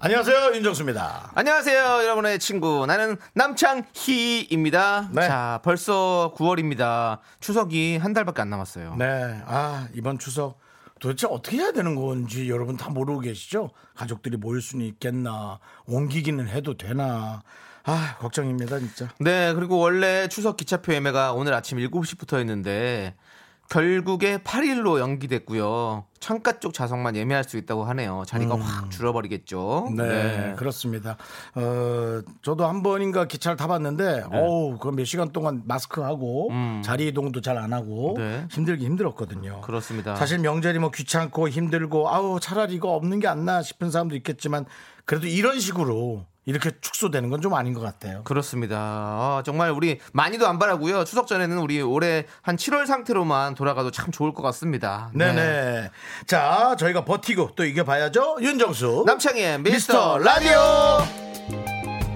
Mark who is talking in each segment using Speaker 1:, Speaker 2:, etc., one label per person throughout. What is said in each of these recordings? Speaker 1: 안녕하세요 윤정수입니다.
Speaker 2: 안녕하세요, 여러분의 친구. 나는 남창희입니다.
Speaker 1: 네.
Speaker 2: 자, 벌써 9월입니다. 추석이 한 달밖에 안 남았어요.
Speaker 1: 네, 아 이번 추석 도대체 어떻게 해야 되는 건지 여러분 다 모르고 계시죠? 가족들이 모일 수는 있겠나? 옮기기는 해도 되나? 아 걱정입니다 진짜.
Speaker 2: 네, 그리고 원래 추석 기차표 예매가 오늘 아침 7시부터 했는데 결국에 8일로 연기됐고요. 창가 쪽 좌석만 예매할 수 있다고 하네요. 자리가 확 줄어버리겠죠.
Speaker 1: 음. 네, 그렇습니다. 어, 저도 한 번인가 기차를
Speaker 2: 네.
Speaker 1: 타봤는데, 어우, 그몇 시간 동안 마스크하고 자리 이동도 잘 안 하고
Speaker 2: 음. 네.
Speaker 1: 힘들긴 힘들었거든요.
Speaker 2: 그렇습니다.
Speaker 1: 사실 명절이 뭐 귀찮고 힘들고, 아우, 차라리 이거 없는 게 안 나 싶은 사람도 있겠지만, 그래도 이런 식으로 이렇게 축소되는 건 좀 아닌 것 같아요.
Speaker 2: 그렇습니다. 아, 정말 우리 많이도 안 바라고요. 추석 전에는 우리 올해 한 7월 상태로만 돌아가도 참 좋을 것 같습니다.
Speaker 1: 네네. 자, 저희가 버티고 또 이겨봐야죠. 윤정수.
Speaker 2: 남창희의
Speaker 1: 미스터
Speaker 2: 미스터
Speaker 1: 라디오.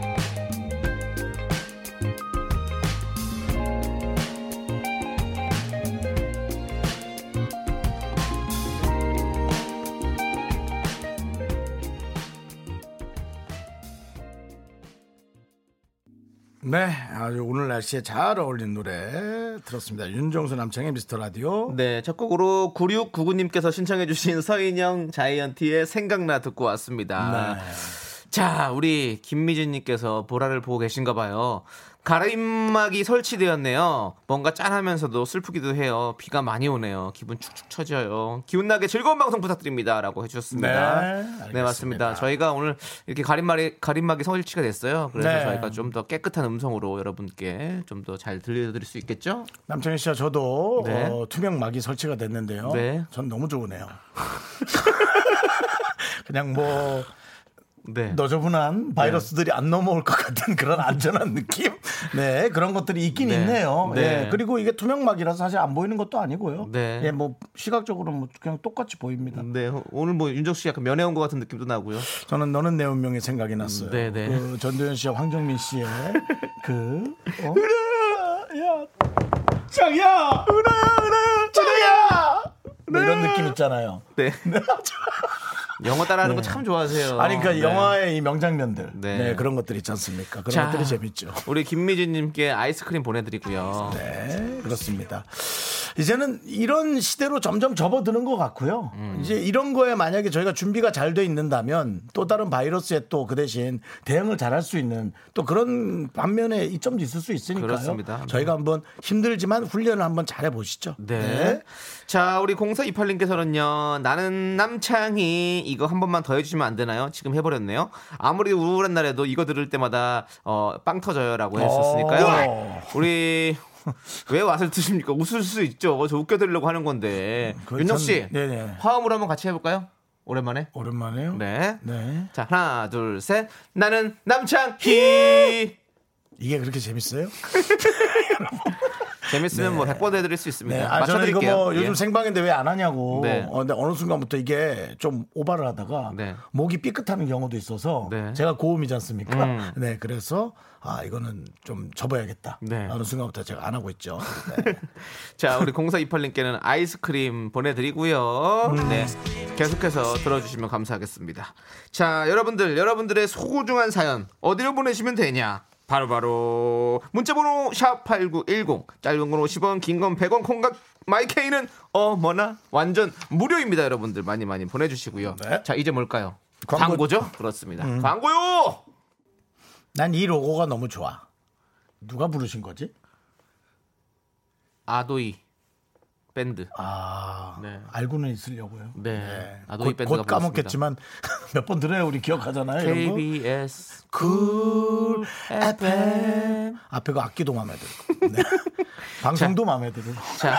Speaker 1: 네, 아주 오늘 날씨에 잘 어울린 노래 들었습니다. 윤정수 남창의 미스터 라디오.
Speaker 2: 네, 첫 곡으로 9699님께서 신청해주신 서인영 자이언티의 생각나 듣고 왔습니다.
Speaker 1: 네.
Speaker 2: 자, 우리 김미진님께서 보라를 보고 계신가 봐요. 가림막이 설치되었네요. 뭔가 짠하면서도 슬프기도 해요. 비가 많이 오네요. 기분 축축 처져요. 기운나게 즐거운 방송 부탁드립니다. 라고 해주셨습니다.
Speaker 1: 네, 알겠습니다.
Speaker 2: 맞습니다. 저희가 오늘 이렇게 가림막이, 가림막이 설치가 됐어요. 그래서
Speaker 1: 네.
Speaker 2: 저희가 좀 더 깨끗한 음성으로 여러분께 좀 더 잘 들려드릴 수 있겠죠?
Speaker 1: 남창희 씨와 저도
Speaker 2: 네.
Speaker 1: 어, 투명막이 설치가 됐는데요.
Speaker 2: 네.
Speaker 1: 전 너무 좋으네요. 그냥 뭐
Speaker 2: 네.
Speaker 1: 너저분한 바이러스들이 안 넘어올 것 같은 그런 안전한 느낌? 네, 그런 것들이 있긴
Speaker 2: 네.
Speaker 1: 있네요. 네.
Speaker 2: 네.
Speaker 1: 그리고 이게 투명막이라서 사실 안 보이는 것도 아니고요.
Speaker 2: 네.
Speaker 1: 예, 뭐 시각적으로 뭐 그냥 똑같이 보입니다.
Speaker 2: 네, 오늘 뭐 윤정 씨 약간 면회 온 것 같은 느낌도 나고요.
Speaker 1: 저는 너는 내 운명이 생각이 났어요.
Speaker 2: 네, 네.
Speaker 1: 그 전도연 씨와 황정민 씨의 그 어?
Speaker 2: 짱이야,
Speaker 1: 저야! 뭐 이런 느낌 있잖아요.
Speaker 2: 네. 영어 따라하는 거 참 좋아하세요.
Speaker 1: 네. 아니 그러니까
Speaker 2: 네.
Speaker 1: 영화의 이 명장면들 네.
Speaker 2: 네.
Speaker 1: 그런 것들 있지 않습니까 그런
Speaker 2: 자,
Speaker 1: 것들이 재밌죠
Speaker 2: 우리 김미진님께 아이스크림 보내드리고요.
Speaker 1: 네 그렇습니다 이제는 이런 시대로 점점 접어드는 것 같고요
Speaker 2: 음.
Speaker 1: 이제 이런 거에 만약에 저희가 준비가 잘 돼 있는다면 또 다른 바이러스에 또 그 대신 대응을 잘 할 수 있는 또 그런 반면에 이점도 있을 수 있으니까요
Speaker 2: 그렇습니다. 네.
Speaker 1: 저희가 한번 힘들지만 훈련을 한번 잘 해보시죠
Speaker 2: 네. 자, 우리 공사 이팔님께서는요. 나는 남창희 이거 한 번만 더 해주시면 안 되나요? 지금 해버렸네요. 아무리 우울한 날에도 이거 들을 때마다 어, 빵 터져요라고 했었으니까요.
Speaker 1: 어.
Speaker 2: 우리 왜 와서 드십니까? 웃을 수 있죠. 저 웃겨드리려고 하는 건데.
Speaker 1: 음, 그건
Speaker 2: 윤정
Speaker 1: 참- 예.
Speaker 2: 씨,
Speaker 1: 네네.
Speaker 2: 화음으로 한번 같이 해볼까요? 오랜만에.
Speaker 1: 오랜만에요
Speaker 2: 네.
Speaker 1: 네.
Speaker 2: 자, 하나, 둘, 셋. 나는
Speaker 1: 예!
Speaker 2: 남창희.
Speaker 1: 이게 그렇게 재밌어요?
Speaker 2: 재밌으면 뭐 100번 해드릴 수 있습니다.
Speaker 1: 네, 아, 저는 이거
Speaker 2: 맞춰드릴게요.
Speaker 1: 뭐 요즘
Speaker 2: 예.
Speaker 1: 생방인데 왜 안 하냐고.
Speaker 2: 네.
Speaker 1: 어, 근데 어느 순간부터 이게 좀 오바를 하다가
Speaker 2: 네.
Speaker 1: 목이 삐끗하는 경우도 있어서
Speaker 2: 네.
Speaker 1: 제가 고음이지 않습니까? 네, 그래서 아 이거는 좀 접어야겠다.
Speaker 2: 네.
Speaker 1: 어느 순간부터 제가 안 하고 있죠. 네.
Speaker 2: 자, 우리 공사 이팔님께는 아이스크림 보내드리고요.
Speaker 1: 음.
Speaker 2: 네, 계속해서 들어주시면 감사하겠습니다. 자, 여러분들, 여러분들의 소중한 사연 어디로 보내시면 되냐? 바로바로 문자번호 샵8910 짧은 건 50원 긴 건 100원 콩각 마이케이는 어머나 완전 무료입니다 여러분들 많이 많이 보내주시고요
Speaker 1: 네.
Speaker 2: 자 이제 뭘까요
Speaker 1: 광고- 음.
Speaker 2: 광고... 죠 그렇습니다 광고요
Speaker 1: 난 이 로고가 너무 좋아. 누가 부르신 거지?
Speaker 2: 아도이 밴드
Speaker 1: 아,
Speaker 2: 네.
Speaker 1: 알고는 있으려고요.
Speaker 2: 네. 아도이
Speaker 1: 곧,
Speaker 2: 밴드가
Speaker 1: 곧 까먹겠지만 몇 번 들어야 우리 기억하잖아요. 이런 거.
Speaker 2: KBS
Speaker 1: 쿨 FM 앞에 그 악기도 마음에 들고 네. 방송도 마음에 들고
Speaker 2: 자,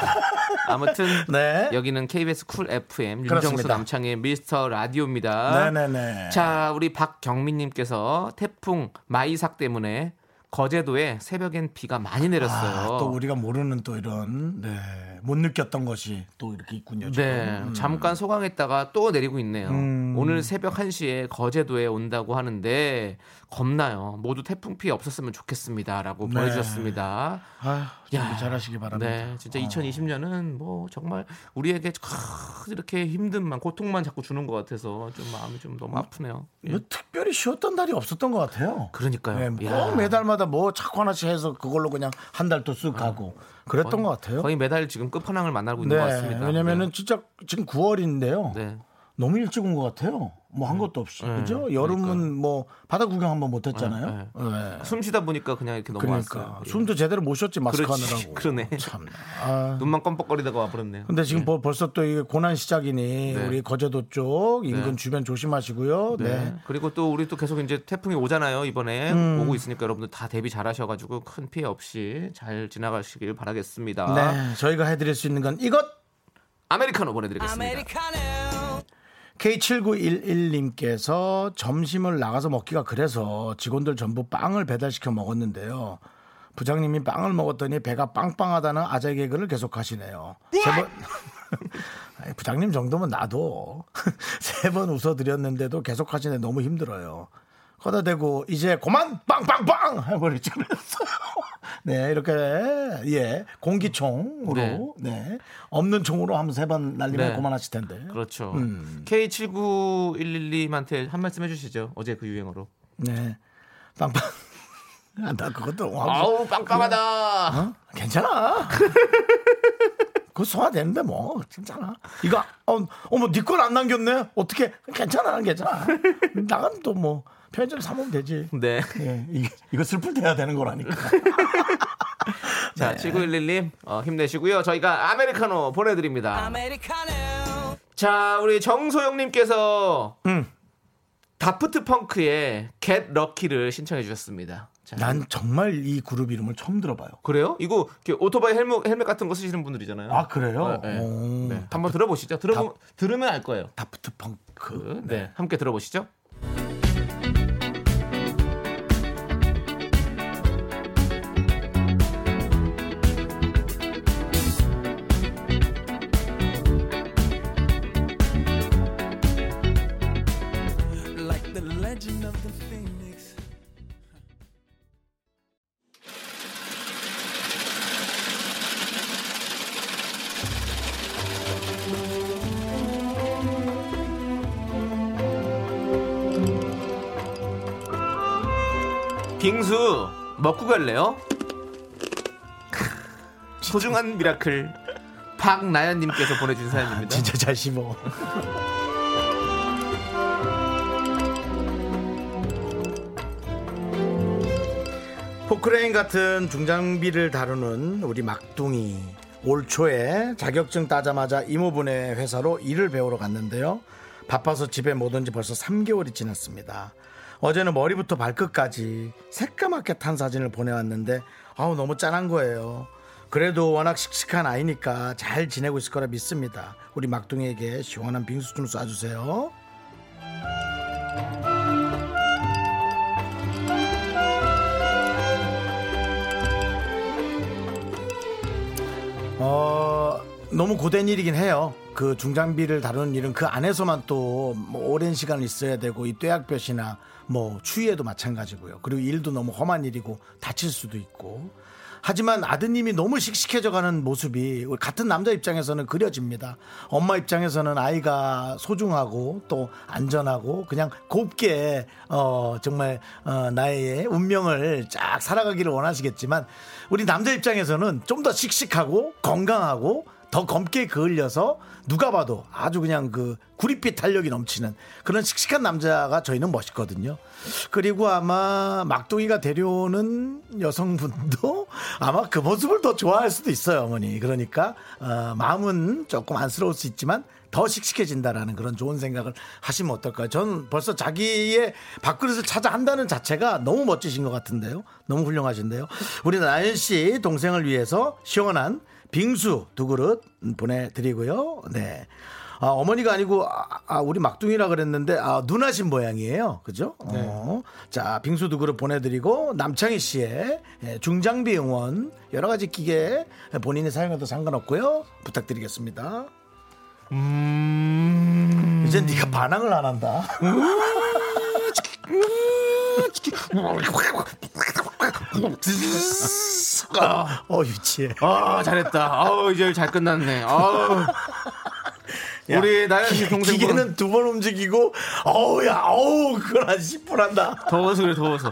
Speaker 2: 아무튼
Speaker 1: 네.
Speaker 2: 여기는 KBS 쿨 FM 윤정수
Speaker 1: 그렇습니다.
Speaker 2: 남창의 미스터 라디오입니다.
Speaker 1: 네네네.
Speaker 2: 자, 우리 박경민님께서 태풍 마이삭 때문에 거제도에 새벽엔 비가 많이 내렸어요.
Speaker 1: 아, 또 우리가 모르는 또 이런 네, 못 느꼈던 것이 또 이렇게 있군요. 지금.
Speaker 2: 네, 잠깐 소강했다가 또 내리고 있네요.
Speaker 1: 음.
Speaker 2: 오늘 새벽 1시에 거제도에 온다고 하는데 겁나요. 모두 태풍 피해 없었으면 좋겠습니다라고
Speaker 1: 네.
Speaker 2: 보내주셨습니다.
Speaker 1: 아, 준비 잘하시기 바랍니다. 어. 아.
Speaker 2: 네, 진짜 2020년은 뭐 정말 우리에게 크- 이렇게 힘든만 고통만 자꾸 주는 것 같아서 좀 마음이 좀 너무 아프네요. 예.
Speaker 1: 뭐 특별히 쉬었던 달이 없었던 것 같아요. 네,
Speaker 2: 그러니까요. 야.
Speaker 1: 꼭 매달마다 뭐 자꾸 하나씩 해서 그걸로 그냥 한 달 또 쓱 가고 그랬던 것 같아요.
Speaker 2: 아, 거의 매달 지금 끝판왕을 만나고 있는
Speaker 1: 네,
Speaker 2: 것 같습니다.
Speaker 1: 왜냐면은 진짜 지금 9월인데요.
Speaker 2: 네. 음. 네.
Speaker 1: 너무 일찍 온 것 같아요. 뭐 한 것도 없이 그죠? 여름은 뭐 바다 구경 한번 못했잖아요. 네,
Speaker 2: 숨 쉬다 보니까 그냥 이렇게 넘어왔어요.
Speaker 1: 그러니까
Speaker 2: 예.
Speaker 1: 숨도 제대로 못 쉬었지 마스크
Speaker 2: 그렇지.
Speaker 1: 하느라고.
Speaker 2: 그러네.
Speaker 1: 참. 아.
Speaker 2: 눈만 껌뻑거리다가 와버렸네요.
Speaker 1: 근데 지금 뭐 벌- 벌써 또 이게 고난 시작이니
Speaker 2: 네.
Speaker 1: 우리 거제도 쪽 인근 주변 조심하시고요. 네. 음.
Speaker 2: 네. 그리고 또 우리 또 계속 이제 태풍이 오잖아요. 이번에 오고 있으니까 여러분들 다 대비 잘 하셔가지고 큰 피해 없이 잘 지나가시길 바라겠습니다.
Speaker 1: 네, 저희가 해드릴 수 있는 건 이것
Speaker 2: 아메리카노 보내드리겠습니다.
Speaker 1: K7911님께서 점심을 나가서 먹기가 그래서 직원들 전부 빵을 배달시켜 먹었는데요. 부장님이 빵을 먹었더니 배가 빵빵하다는 아재 개그를 계속하시네요. 세 번. 아니, 부장님 정도면 나도 세 번 웃어드렸는데도 계속하시네 너무 힘들어요. 거다 대고 이제 그만 빵빵빵 해버리지 그랬어요. 네 이렇게 예 공기총으로 네.
Speaker 2: 네.
Speaker 1: 없는 총으로 한번 세 번 날리면
Speaker 2: 네.
Speaker 1: 그만하실 텐데.
Speaker 2: 그렇죠. K7911님한테 한 말씀 해주시죠. 어제 그 유행어로.
Speaker 1: 네. 빵빵. 아, 나 그것도 와, 어?
Speaker 2: 아우 빵빵하다.
Speaker 1: 괜찮아. 그거 소화되는데 뭐 괜찮아. 이거 어, 어머 니건 안 남겼네. 어떻게 괜찮아 괜찮아. 나가면 또 뭐 편의점 사 먹으면 되지.
Speaker 2: 네.
Speaker 1: 예, 이게, 이거 슬플 때 해야 되는 거라니까.
Speaker 2: 자, 7911님 어, 힘내시고요. 저희가 아메리카노 보내드립니다. 자, 우리 정소영님께서 다프트 펑크의 Get Lucky를 신청해 주셨습니다. 자,
Speaker 1: 난 정말 이 그룹 이름을 처음 들어봐요.
Speaker 2: 그래요? 이거 이렇게 오토바이 헬멧, 헬멧 같은 거 쓰시는 분들이잖아요.
Speaker 1: 아 그래요?
Speaker 2: 네, 네.
Speaker 1: 오,
Speaker 2: 네. 한번 들어보시죠. 들어보, 들으면 알 거예요.
Speaker 1: 다프트 펑크.
Speaker 2: 네. 함께 들어보시죠. 빙수 먹고 갈래요? 크, 소중한 미라클 박나연님께서 보내준 사연입니다.
Speaker 1: 진짜 잘 씹어. 포크레인 같은 중장비를 다루는 우리 막둥이 올 초에 자격증 따자마자 이모분의 회사로 일을 배우러 갔는데요. 바빠서 집에 못 온 지 벌써 3개월이 지났습니다. 어제는 머리부터 발끝까지 새까맣게 탄 사진을 보내왔는데 아우 너무 짠한 거예요. 그래도 워낙 씩씩한 아이니까 잘 지내고 있을 거라 믿습니다. 우리 막둥이에게 시원한 빙수 좀 쏴주세요. 어, 너무 고된 일이긴 해요. 그 중장비를 다루는 일은 그 안에서만 또뭐 오랜 시간 있어야 되고 이 뙤약볕이나 뭐 추위에도 마찬가지고요. 그리고 일도 너무 험한 일이고 다칠 수도 있고. 하지만 아드님이 너무 씩씩해져 가는 모습이 우리 같은 남자 입장에서는 그려집니다. 엄마 입장에서는 아이가 소중하고 또 안전하고 그냥 곱게 어 정말 어 나의 운명을 쫙 살아가기를 원하시겠지만 우리 남자 입장에서는 좀 더 씩씩하고 건강하고 더 검게 그을려서 누가 봐도 아주 그냥 그 구릿빛 탄력이 넘치는 그런 씩씩한 남자가 저희는 멋있거든요. 그리고 아마 막둥이가 데려오는 여성분도 아마 그 모습을 더 좋아할 수도 있어요, 어머니. 그러니까 어, 마음은 조금 안쓰러울 수 있지만 더 씩씩해진다라는 그런 좋은 생각을 하시면 어떨까요? 저는 벌써 자기의 밥그릇을 찾아 한다는 자체가 너무 멋지신 것 같은데요. 너무 훌륭하신데요. 우리 나연 씨 동생을 위해서 시원한 빙수 두 그릇 보내드리고요. 네. 아, 어머니가 아니고 아, 아, 우리 막둥이라 그랬는데 아, 누나신 모양이에요. 그죠? 어. 자, 빙수 두 그릇 보내드리고 남창희 씨의 예, 중장비 응원 여러 가지 기계 본인이 사용해도 상관없고요. 부탁드리겠습니다. 이제 네가 반항을 안 한다. 어 유치해.
Speaker 2: 아 잘했다. 아우 이제 잘 끝났네. 아우
Speaker 1: 야,
Speaker 2: 우리 나연
Speaker 1: 기-
Speaker 2: 씨 동생 분은
Speaker 1: 기계는 두 번 움직이고 어우야 어우 그걸 한 10분 한다.
Speaker 2: 더워서 그래 더워서.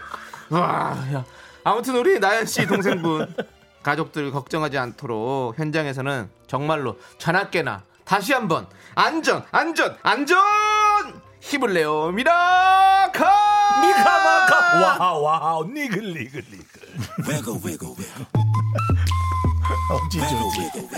Speaker 2: 와, 야. 아무튼 우리 나연 씨 동생분 가족들 걱정하지 않도록 현장에서는 정말로 자나깨나 다시 한번 안전 안전 안전 힘을 내요 미라카
Speaker 1: 미카마카 와와 니글 니글 니글. 어찌 좋지.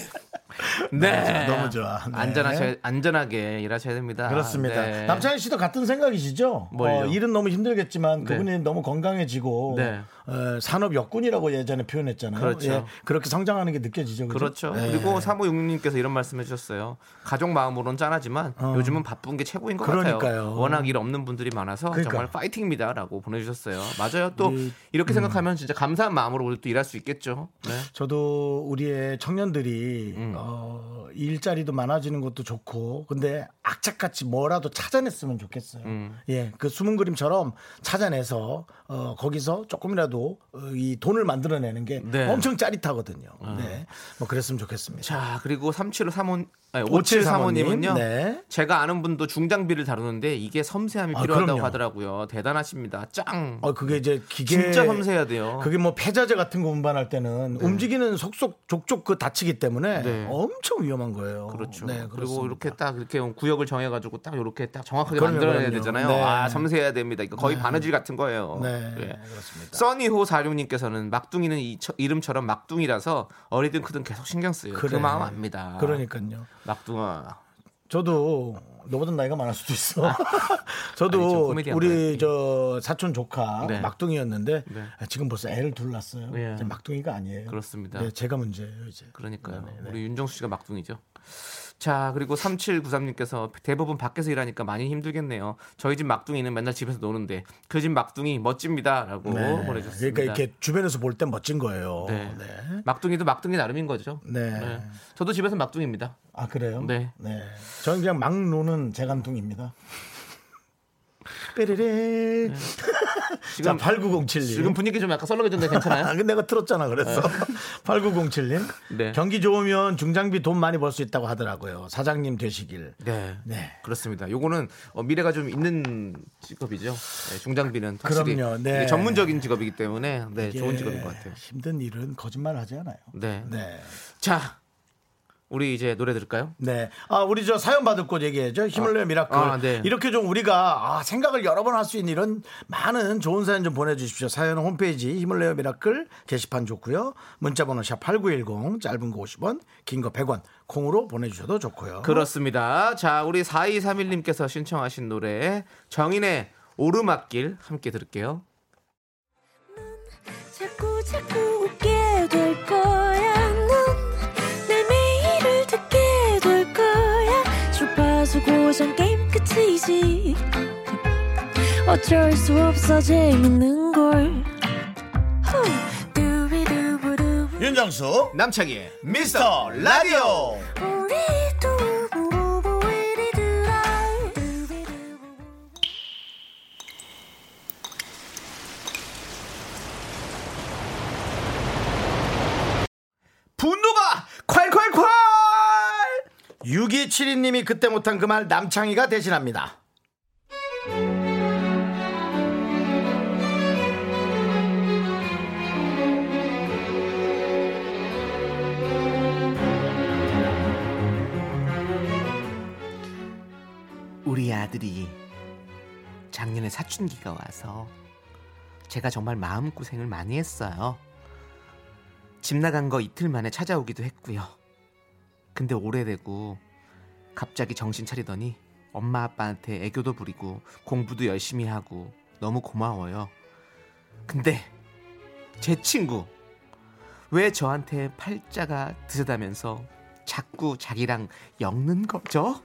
Speaker 2: 네
Speaker 1: 너무 좋아. 네.
Speaker 2: 안전하셔 안전하게 일하셔야 됩니다
Speaker 1: 그렇습니다.
Speaker 2: 네.
Speaker 1: 남창희 씨도 같은 생각이시죠?
Speaker 2: 뭘요?
Speaker 1: 어, 일은 너무 힘들겠지만
Speaker 2: 네.
Speaker 1: 그분이 너무 건강해지고
Speaker 2: 네.
Speaker 1: 어, 산업 여군이라고 예전에 표현했잖아요.
Speaker 2: 그렇죠.
Speaker 1: 그렇게 성장하는 게 느껴지죠. 그죠?
Speaker 2: 그렇죠.
Speaker 1: 네.
Speaker 2: 그리고 사모육님께서 이런 말씀해 주셨어요. 가족 마음으론 짠하지만 요즘은 바쁜 게 최고인 것
Speaker 1: 어. 그러니까요.
Speaker 2: 같아요. 워낙 일 없는 분들이 많아서
Speaker 1: 그러니까요. 네.
Speaker 2: 정말 파이팅입니다라고 보내주셨어요. 맞아요. 또 이렇게
Speaker 1: 음.
Speaker 2: 생각하면 진짜 감사한 마음으로 우리 또 일할 수 있겠죠. 네.
Speaker 1: 저도 우리의 청년들이
Speaker 2: 음.
Speaker 1: 어, 일자리도 많아지는 것도 좋고 근데 악착같이 뭐라도 찾아냈으면 좋겠어요.
Speaker 2: 음.
Speaker 1: 예, 그 숨은 그림처럼 찾아내서 어, 거기서 조금이라도 어, 이 돈을 만들어내는 게
Speaker 2: 네. 아.
Speaker 1: 엄청 짜릿하거든요. 네, 뭐 그랬으면 좋겠습니다.
Speaker 2: 자 그리고 37호 사모 아니,
Speaker 1: 5735 님,
Speaker 2: 5735님은요.
Speaker 1: 네.
Speaker 2: 제가 아는 분도 중장비를 다루는데 이게 섬세함이
Speaker 1: 아,
Speaker 2: 필요하다고
Speaker 1: 그럼요.
Speaker 2: 하더라고요. 대단하십니다. 짱.
Speaker 1: 어, 그게 이제 기계
Speaker 2: 진짜 섬세해야 돼요.
Speaker 1: 그게 뭐 폐자재 같은 거 운반할 때는 움직이는 속속 족족 그 다치기 때문에
Speaker 2: 네.
Speaker 1: 엄청 위험한 거예요.
Speaker 2: 그렇죠.
Speaker 1: 네,
Speaker 2: 그리고
Speaker 1: 그렇습니다.
Speaker 2: 이렇게 딱 이렇게 구역을 정해가지고 딱 이렇게 딱 정확하게
Speaker 1: 그럼요,
Speaker 2: 만들어야
Speaker 1: 그럼요.
Speaker 2: 되잖아요.
Speaker 1: 네.
Speaker 2: 아 섬세해야 됩니다. 이거 거의 바느질 같은 거예요.
Speaker 1: 네,
Speaker 2: 예.
Speaker 1: 그렇습니다.
Speaker 2: 써니호 사룡님께서는 막둥이는 이, 처- 이름처럼 막둥이라서 어리든 크든 계속 신경 쓰여요. 그
Speaker 1: 그래.
Speaker 2: 마음 압니다.
Speaker 1: 그러니까요.
Speaker 2: 막둥아.
Speaker 1: 저도 너보다 나이가 많을 수도 있어.
Speaker 2: 아. 아니, 저
Speaker 1: 저도
Speaker 2: 코미디언
Speaker 1: 우리 저 사촌 조카
Speaker 2: 네.
Speaker 1: 막둥이였는데
Speaker 2: 네.
Speaker 1: 아, 지금 벌써 애를 둘났어요.
Speaker 2: 예.
Speaker 1: 이제 막둥이가 아니에요.
Speaker 2: 그렇습니다.
Speaker 1: 네, 제가 문제예요 이제.
Speaker 2: 그러니까요. 우리 윤정수 씨가 막둥이죠. 자, 그리고 3793님께서 대부분 밖에서 일하니까 많이 힘들겠네요. 저희 집 막둥이는 맨날 집에서 노는데 그 집 막둥이 멋집니다라고
Speaker 1: 네.
Speaker 2: 보내주셨습니다.
Speaker 1: 그러니까 이렇게 주변에서 볼 땐 멋진 거예요.
Speaker 2: 네.
Speaker 1: 네.
Speaker 2: 막둥이도 막둥이 나름인 거죠.
Speaker 1: 네.
Speaker 2: 저도 집에서 막둥입니다.
Speaker 1: 아 그래요?
Speaker 2: 네.
Speaker 1: 저는 그냥 막 노는 재간둥입니다. 빼르르. 자,
Speaker 2: 네. 지금
Speaker 1: 8907님.
Speaker 2: 지금 분위기 좀 약간 썰렁해졌는데
Speaker 1: 아,
Speaker 2: 괜찮아요?
Speaker 1: 근데 내가 틀었잖아 그래서 8907님
Speaker 2: 네.
Speaker 1: 경기 좋으면 중장비 돈 많이 벌 수 있다고 하더라고요 사장님 되시길
Speaker 2: 네.
Speaker 1: 네.
Speaker 2: 그렇습니다. 요거는 어, 미래가 좀 있는 직업이죠. 네, 중장비는 확실히
Speaker 1: 그럼요. 네.
Speaker 2: 이게 전문적인 직업이기 때문에 네, 좋은
Speaker 1: 예,
Speaker 2: 직업인 것 같아요.
Speaker 1: 힘든 일은 거짓말 하지 않아요
Speaker 2: 네.
Speaker 1: 네.
Speaker 2: 자. 우리 이제 노래 들을까요?
Speaker 1: 네. 아, 우리 저 사연 받을 곳 얘기해죠. 힘을 내요, 미라클.
Speaker 2: 아, 네.
Speaker 1: 이렇게 좀 우리가 아, 생각을 여러 번 할 수 있는 이런 많은 좋은 사연 좀 보내주십시오. 사연은 홈페이지 힘을 내요, 미라클 게시판 좋고요. 문자번호 샵8910, 짧은 거 50원, 긴 거 100원, 콩으로 보내주셔도 좋고요.
Speaker 2: 그렇습니다. 자, 우리 4231님께서 신청하신 노래 정인의 오르막길 함께 들을게요.
Speaker 3: 자꾸 자꾸 웃게 될 거야. 넌내 매일을 듣게 될 거야. 주파수 고정 게임 끝이지. 어쩔 수 없어 재밌는 걸. 후. 두비두부두.
Speaker 1: 윤정수,
Speaker 2: 남창희의
Speaker 1: 미스터 라디오.
Speaker 3: 우리 두부부부 우리 두라. 두비두부부.
Speaker 2: 분노가 콸콸콸!
Speaker 1: 6272님이 그때 못한 그 말 남창희가 대신합니다.
Speaker 2: 우리 아들이 작년에 사춘기가 와서 제가 정말 마음고생을 많이 했어요. 집 나간 거 이틀 만에 찾아오기도 했고요. 근데 오래되고 갑자기 정신 차리더니 엄마 아빠한테 애교도 부리고 공부도 열심히 하고 너무 고마워요. 근데 제 친구 왜 저한테 팔자가 드세다면서 자꾸 자기랑 엮는 거죠?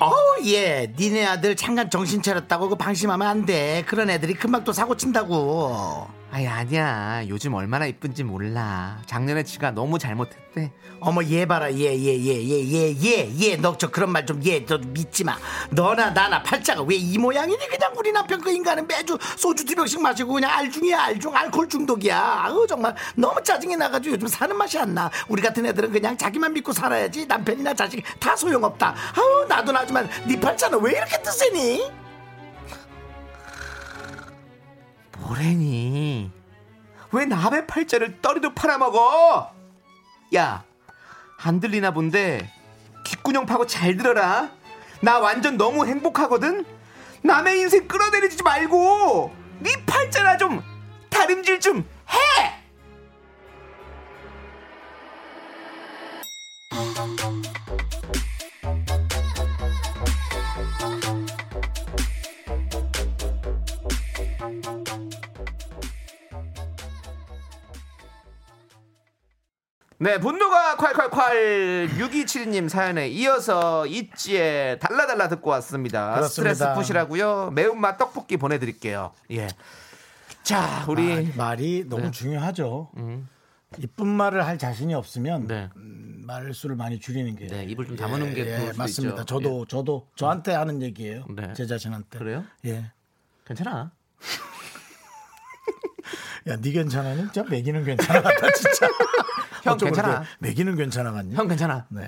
Speaker 1: 어우 예 니네 아들 잠깐 정신 차렸다고 그 방심하면 안 돼 그런 애들이 금방 또 사고 친다고
Speaker 2: 아니 아니야 요즘 얼마나 이쁜지 몰라 작년에 지가 너무 잘못했대
Speaker 1: 어머 얘 봐라 얘 얘 얘 얘 얘 얘 얘 너 저 그런 말 좀 얘 너 믿지 마 너나 나나 팔자가 왜 이 모양이니 그냥 우리 남편 그 인간은 매주 소주 두 병씩 마시고 그냥 알중이야 알중 알코올 중독이야 아우 정말 너무 짜증이 나가지고 요즘 사는 맛이 안 나 우리 같은 애들은 그냥 자기만 믿고 살아야지 남편이나 자식 다 소용없다 아우 나도 나지만 네 팔자는 왜 이렇게 뜨세니
Speaker 2: 뭐래니 왜 남의 팔자를 떨이도 팔아먹어 야 안 들리나 본데 귓구녕 파고 잘 들어라 나 완전 너무 행복하거든 남의 인생 끌어내리지 말고 네 팔자나 좀 다림질 좀 해! 네, 분노가 콸콸콸 6272님 사연에 이어서 있지의 달라달라 듣고 왔습니다.
Speaker 1: 그렇습니다.
Speaker 2: 스트레스 푸시라고요. 매운맛 떡볶이 보내드릴게요. 예. 자,
Speaker 1: 아,
Speaker 2: 우리
Speaker 1: 말이
Speaker 2: 네.
Speaker 1: 너무 중요하죠 이쁜 말을 할 자신이 없으면
Speaker 2: 음. 네.
Speaker 1: 말수를 많이 줄이는 게
Speaker 2: 네, 입을 좀 담아놓은
Speaker 1: 예,
Speaker 2: 게
Speaker 1: 예,
Speaker 2: 좋을 수도
Speaker 1: 맞습니다.
Speaker 2: 있죠.
Speaker 1: 저도 저도 저한테 하는 얘기예요.
Speaker 2: 네.
Speaker 1: 제 자신한테.
Speaker 2: 그래요?
Speaker 1: 예.
Speaker 2: 괜찮아.
Speaker 1: 야, 니 괜찮아니? 진짜 매기는 괜찮아 같다 진짜.
Speaker 2: 형
Speaker 1: 어쩜
Speaker 2: 괜찮아.
Speaker 1: 그렇게 매기는 괜찮아 같니?
Speaker 2: 형 괜찮아.
Speaker 1: 네,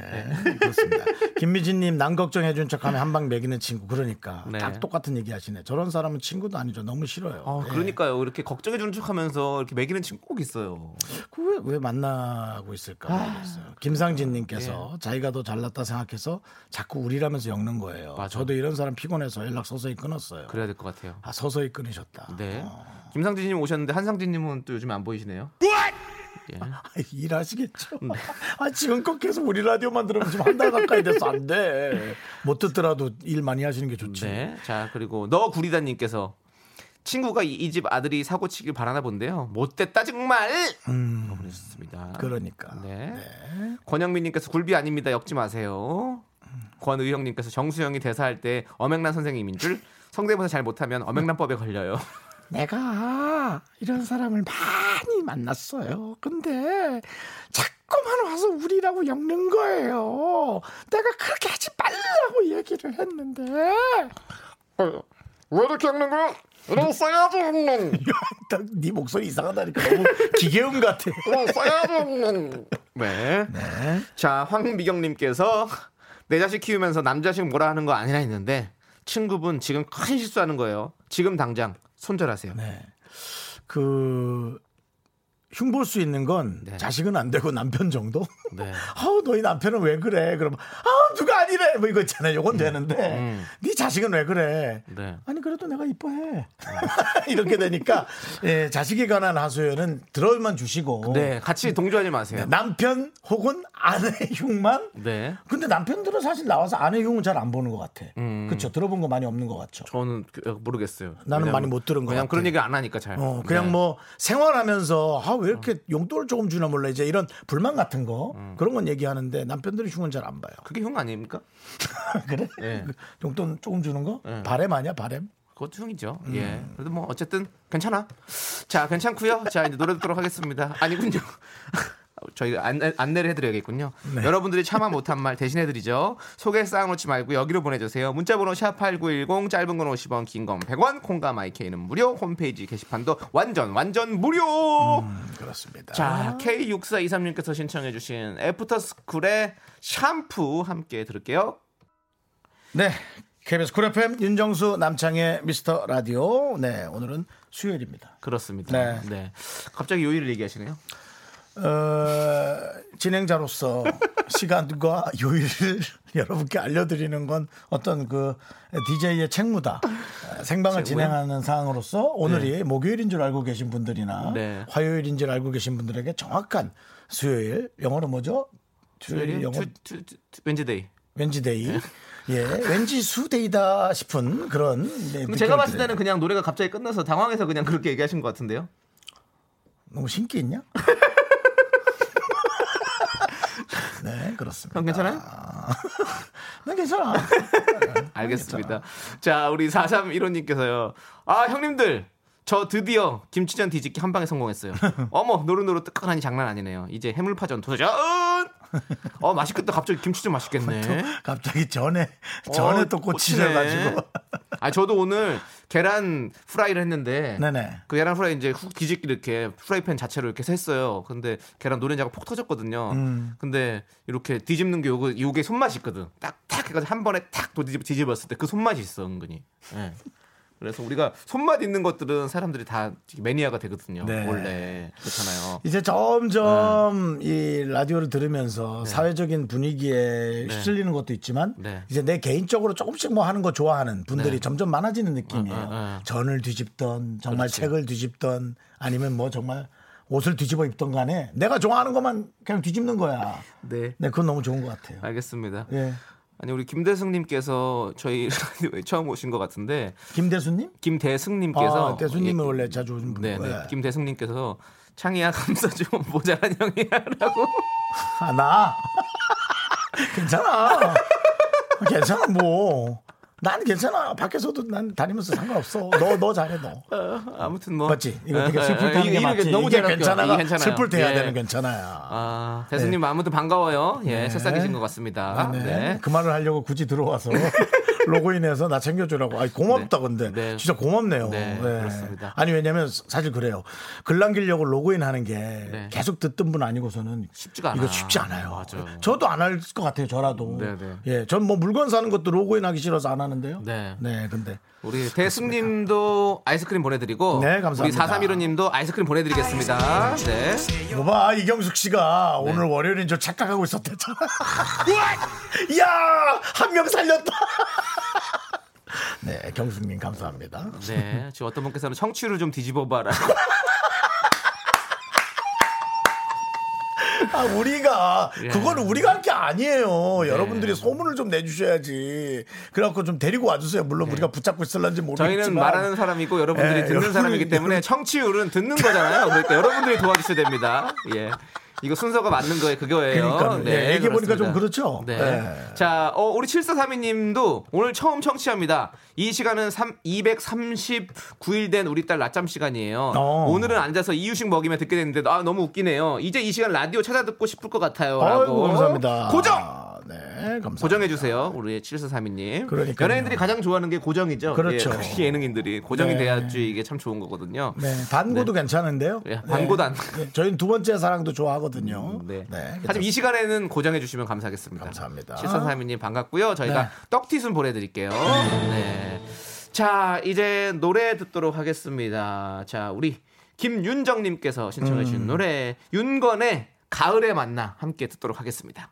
Speaker 1: 그렇습니다. 김미진님 남 걱정해준 척하면 한 방 매기는 친구 그러니까
Speaker 2: 네.
Speaker 1: 딱 똑같은 얘기하시네. 저런 사람은 친구도 아니죠. 너무 싫어요.
Speaker 2: 아,
Speaker 1: 예.
Speaker 2: 그러니까요. 이렇게 걱정해주는 척하면서 이렇게 매기는 친구 꼭 있어요.
Speaker 1: 그 왜, 왜 만나고 있을까
Speaker 2: 아,
Speaker 1: 모르겠어요. 김상진님께서
Speaker 2: 예.
Speaker 1: 자기가 더 잘났다 생각해서 자꾸 우리라면서 엮는 거예요.
Speaker 2: 맞아.
Speaker 1: 저도 이런 사람 피곤해서 연락 서서히 끊었어요.
Speaker 2: 그래야 될 것 같아요.
Speaker 1: 아 서서히 끊으셨다.
Speaker 2: 네.
Speaker 1: 어.
Speaker 2: 김상진님 오셨는데 한상진님은 또 요즘 안 보이시네요. 예.
Speaker 1: 아, 일하시겠죠.
Speaker 2: 네.
Speaker 1: 아 지금껏 계속 우리 라디오만 들으면 지금 한 달 가까이 돼서 안 돼. 못 듣더라도 일 많이 하시는 게 좋지.
Speaker 2: 네. 자 그리고 너 구리다님께서 친구가 이 집 아들이 사고 치길 바라나 본데요. 못됐다 정말. 라고 보내주셨습니다.
Speaker 1: 음, 그러니까.
Speaker 2: 음. 네. 권영민님께서 굴비 아닙니다. 엮지 마세요. 권의형님께서 정수영이 대사할 때 어맹란 선생님인 줄 성대모사 잘 못하면 어맹란법에 걸려요.
Speaker 1: 내가 이런 사람을 많이 만났어요. 근데 자꾸만 와서 우리라고 엮는 거예요. 내가 그렇게 하지 말라고 얘기를 했는데.
Speaker 4: 어, 왜 이렇게 하는 거야? 이런 싸가지 없는,
Speaker 1: 딱 네 목소리 이상하다니까 너무 기계음 같아.
Speaker 4: 이런 싸가지 없는.
Speaker 2: 네. 자, 황미경님께서 내 자식 키우면서 남 자식 뭐라 하는 거 아니라 했는데 친구분 지금 큰 실수하는 거예요. 지금 당장 손절하세요.
Speaker 1: 네.
Speaker 4: 네.
Speaker 1: 그 흉볼 수 있는 건
Speaker 2: 네.
Speaker 1: 자식은 안 되고 남편 정도.
Speaker 2: 네.
Speaker 1: 아우 너희 남편은 왜 그래? 그럼 아우 누가 아니래? 뭐 이거 있잖아요. 요건 되는데 네 자식은 왜 그래?
Speaker 2: 네.
Speaker 1: 아니 그래도 내가 이뻐해. 이렇게 되니까 예, 자식에 관한 하소연은 들어만 네, 주시고
Speaker 2: 네, 같이 동조하지 마세요.
Speaker 1: 남편 혹은 아내 흉만.
Speaker 2: 네.
Speaker 1: 근데 남편들은 사실 나와서 아내 흉은 잘 안 보는 것 같아. 그렇죠. 들어본 거 많이 없는 것 같죠.
Speaker 2: 저는 그- 모르겠어요.
Speaker 1: 나는
Speaker 2: 왜냐면-
Speaker 1: 많이 못 들은 것
Speaker 2: 왜냐면
Speaker 1: 같아요.
Speaker 2: 그런 얘기 안 하니까 잘.
Speaker 1: 어, 그냥
Speaker 2: 네.
Speaker 1: 뭐 생활하면서 아 왜 이렇게 용돈을 조금 주나 몰라 이제 이런 불만 같은 거 음. 그런 건 얘기하는데 남편들이 흉은 잘 안 봐요.
Speaker 2: 그게 형 아닙니까?
Speaker 1: 그래?
Speaker 2: 예.
Speaker 1: 용돈 조금 주는 거? 바램 아니야 바램?
Speaker 2: 그것도 형이죠. 예. 그래도 뭐 어쨌든 괜찮아. 자, 괜찮고요. 자, 이제 노래 듣도록 하겠습니다. 아니군요. 저희가 안내, 안내를 해드려야겠군요. 여러분들이 참아 못한 말 대신해드리죠. 소개 쌓아놓지 말고 여기로 보내주세요. 문자번호 샵8910 짧은 건 50원 긴 건 100원 콩과 마이케이는 무료 홈페이지 게시판도 완전 완전 무료
Speaker 1: 음. 그렇습니다.
Speaker 2: 자 K6423님께서 신청해주신 애프터스쿨의 샴푸 함께 들을게요.
Speaker 1: 네. KBS 쿨 FM 윤정수 남창의 미스터 라디오. 네, 오늘은 수요일입니다.
Speaker 2: 그렇습니다.
Speaker 1: 네.
Speaker 2: 네. 갑자기 요일을 얘기하시네요.
Speaker 1: 어, 진행자로서 시간과 요일을 여러분께 알려드리는 건 어떤 그 DJ의 책무다. 어, 생방을 진행하는 상황으로서 오늘이 목요일인 줄 알고 계신 분들이나
Speaker 2: 네.
Speaker 1: 화요일인 줄 알고 계신 분들에게 정확한 수요일, 영어로 뭐죠? 수요일이 영어
Speaker 2: 웬즈데이.
Speaker 1: 왠지데이 예, 왠지 수데이다 싶은 그런. 네,
Speaker 2: 근데
Speaker 1: 느낌이
Speaker 2: 제가 봤을
Speaker 1: 드네요.
Speaker 2: 때는 그냥 노래가 갑자기 끝나서 당황해서 그냥 그렇게 얘기하신 것 같은데요.
Speaker 1: 너무 신기 있냐? 네, 그렇습니다.
Speaker 2: 형 괜찮아요?
Speaker 1: 난 괜찮아.
Speaker 2: 알겠습니다. 자, 우리 4315님께서요. 아, 형님들. 저 드디어 김치전 뒤집기 한 방에 성공했어요. 어머, 노릇노릇 뜨끈하니 장난 아니네요. 이제 해물파전 도전! 어, 맛있겠다. 갑자기 김치전 맛있겠네.
Speaker 1: 갑자기 전에
Speaker 2: 어,
Speaker 1: 전에 또 꽂히셔 가지고.
Speaker 2: 아, 저도 오늘 계란 프라이를 했는데.
Speaker 1: 네네.
Speaker 2: 그 계란 프라이 이제 훅 뒤집기 이렇게 프라이팬 자체로 이렇게 했어요. 근데 계란 노른자가 폭 터졌거든요.
Speaker 1: 음.
Speaker 2: 근데 이렇게 뒤집는 게 요거 요게 손맛이 있거든. 딱탁 해가지고 한 번에 탁 뒤집 뒤집었을 때 그 손맛이 있어 은근히. 예. 그래서 우리가 손맛 있는 것들은 사람들이 다 매니아가 되거든요.
Speaker 1: 네.
Speaker 2: 원래 그렇잖아요.
Speaker 1: 이제 점점 이 라디오를 들으면서 사회적인 분위기에 휩쓸리는 것도 있지만
Speaker 2: 네.
Speaker 1: 이제 내 개인적으로 조금씩 뭐 하는 거 좋아하는 분들이
Speaker 2: 네.
Speaker 1: 점점 많아지는 느낌이에요.
Speaker 2: 어, 어, 어.
Speaker 1: 전을 뒤집던 정말 책을 뒤집던 아니면 뭐 정말 옷을 뒤집어 입던 간에 내가 좋아하는 것만 그냥 뒤집는 거야.
Speaker 2: 네.
Speaker 1: 네, 그건 너무 좋은 것 같아요.
Speaker 2: 알겠습니다.
Speaker 1: 예.
Speaker 2: 아니 우리 김대승님께서 저희 라디오에 처음 오신 것 같은데
Speaker 1: 김대수님?
Speaker 2: 김대승님께서
Speaker 1: 아, 대수님은 원래 자주 오신
Speaker 2: 네,
Speaker 1: 분이에요. 예.
Speaker 2: 네. 김대승님께서 창이야 감사 좀 모자란 형이야라고
Speaker 1: 아, 나? 괜찮아. 괜찮아, 뭐. 난 괜찮아. 밖에서도 난 다니면서 상관없어. 너, 너 잘해, 너.
Speaker 2: 어. 아무튼 뭐
Speaker 1: 맞지? 이거 되게
Speaker 2: 예,
Speaker 1: 슬플
Speaker 2: 예,
Speaker 1: 때 하는
Speaker 2: 이게
Speaker 1: 게 맞지?
Speaker 2: 너무
Speaker 1: 이게
Speaker 2: 잘 어울려요.
Speaker 1: 괜찮아가
Speaker 2: 이게 괜찮아요.
Speaker 1: 슬플 때 해야
Speaker 2: 예.
Speaker 1: 되는 괜찮아야.
Speaker 2: 아 대수님 아무튼 반가워요. 예, 새싹이신 것 같습니다.
Speaker 1: 네.
Speaker 2: 네.
Speaker 1: 그 말을 하려고 굳이 들어와서 로그인해서 나 챙겨주라고. 아 고맙다, 근데.
Speaker 2: 네.
Speaker 1: 진짜 고맙네요.
Speaker 2: 네, 그렇습니다.
Speaker 1: 아니, 왜냐면 사실 그래요. 글 남기려고 로그인 하는 게 계속 듣던 분 아니고서는
Speaker 2: 네. 쉽지가
Speaker 1: 이거
Speaker 2: 않아.
Speaker 1: 쉽지 않아요.
Speaker 2: 맞아요.
Speaker 1: 저도 안 할 것 같아요, 저라도.
Speaker 2: 네, 네.
Speaker 1: 예, 전 뭐 물건 사는 것도 로그인 하기 싫어서 안 하는데요.
Speaker 2: 네.
Speaker 1: 근데.
Speaker 2: 우리 대승님도 아이스크림 보내드리고
Speaker 1: 네, 감사합니다.
Speaker 2: 우리 4315님도 아이스크림 보내드리겠습니다. 네.
Speaker 1: 여봐, 이경숙 씨가 오늘 월요일인 줄 착각하고 있었대잖아. 야! 한 명 살렸다! 네, 경숙님 감사합니다.
Speaker 2: 네. 지금 어떤 분께서는 청취율을 좀 뒤집어봐라.
Speaker 1: 아, 우리가
Speaker 2: 예. 네.
Speaker 1: 그거는 우리가 할 게 아니에요. 여러분들이 소문을 좀 내주셔야지. 그래갖고 좀 데리고 와주세요. 물론 우리가 붙잡고 있을런지 모르겠지만.
Speaker 2: 네. 저희는 말하는 사람이고 여러분들이
Speaker 1: 예,
Speaker 2: 듣는
Speaker 1: 여러분이-
Speaker 2: 사람이기 때문에 청취율은 듣는 거잖아요. 그러니까 여러분들이 도와주셔야 됩니다. 예. 이거 순서가 맞는 거예요. 그거예요. 네,
Speaker 1: 그러니까요. 예, 얘기해 보니까 좀
Speaker 2: 그렇습니다.
Speaker 1: 그렇죠.
Speaker 2: 네.
Speaker 1: 예.
Speaker 2: 자, 어, 우리 7432님도 오늘 처음 청취합니다. 이 시간은 3, 239일 된 우리 딸 낮잠 시간이에요.
Speaker 1: 어.
Speaker 2: 오늘은 앉아서 이유식 먹이며 듣게 됐는데 아 너무 웃기네요. 이제 이 시간 라디오 찾아 듣고 싶을 것 같아요.
Speaker 1: 아이고,
Speaker 2: 라고.
Speaker 1: 감사합니다.
Speaker 2: 고정.
Speaker 1: 아, 네, 감사합니다.
Speaker 2: 고정해 주세요. 우리 7432님.
Speaker 1: 그러니까요.
Speaker 2: 연예인들이 가장 좋아하는 게 고정이죠.
Speaker 1: 그렇죠.
Speaker 2: 예, 특히 예능인들이 고정이
Speaker 1: 네.
Speaker 2: 돼야지 이게 참 좋은 거거든요.
Speaker 1: 네, 반고도 괜찮은데요.
Speaker 2: 예, 반고도 안-
Speaker 1: 네, 저희는 두 번째 사랑도 좋아하거든요.
Speaker 2: 네.
Speaker 1: 네,
Speaker 2: 하지만 이 시간에는 고정해 주시면 감사하겠습니다.
Speaker 1: 감사합니다. 네.
Speaker 2: 7432님 반갑고요. 저희가 떡티순 보내드릴게요. 네. 자, 이제 노래 듣도록 하겠습니다. 자, 우리 김윤정님께서 신청해 주신
Speaker 1: 음.
Speaker 2: 노래 윤건의 가을에 만나 함께 듣도록 하겠습니다.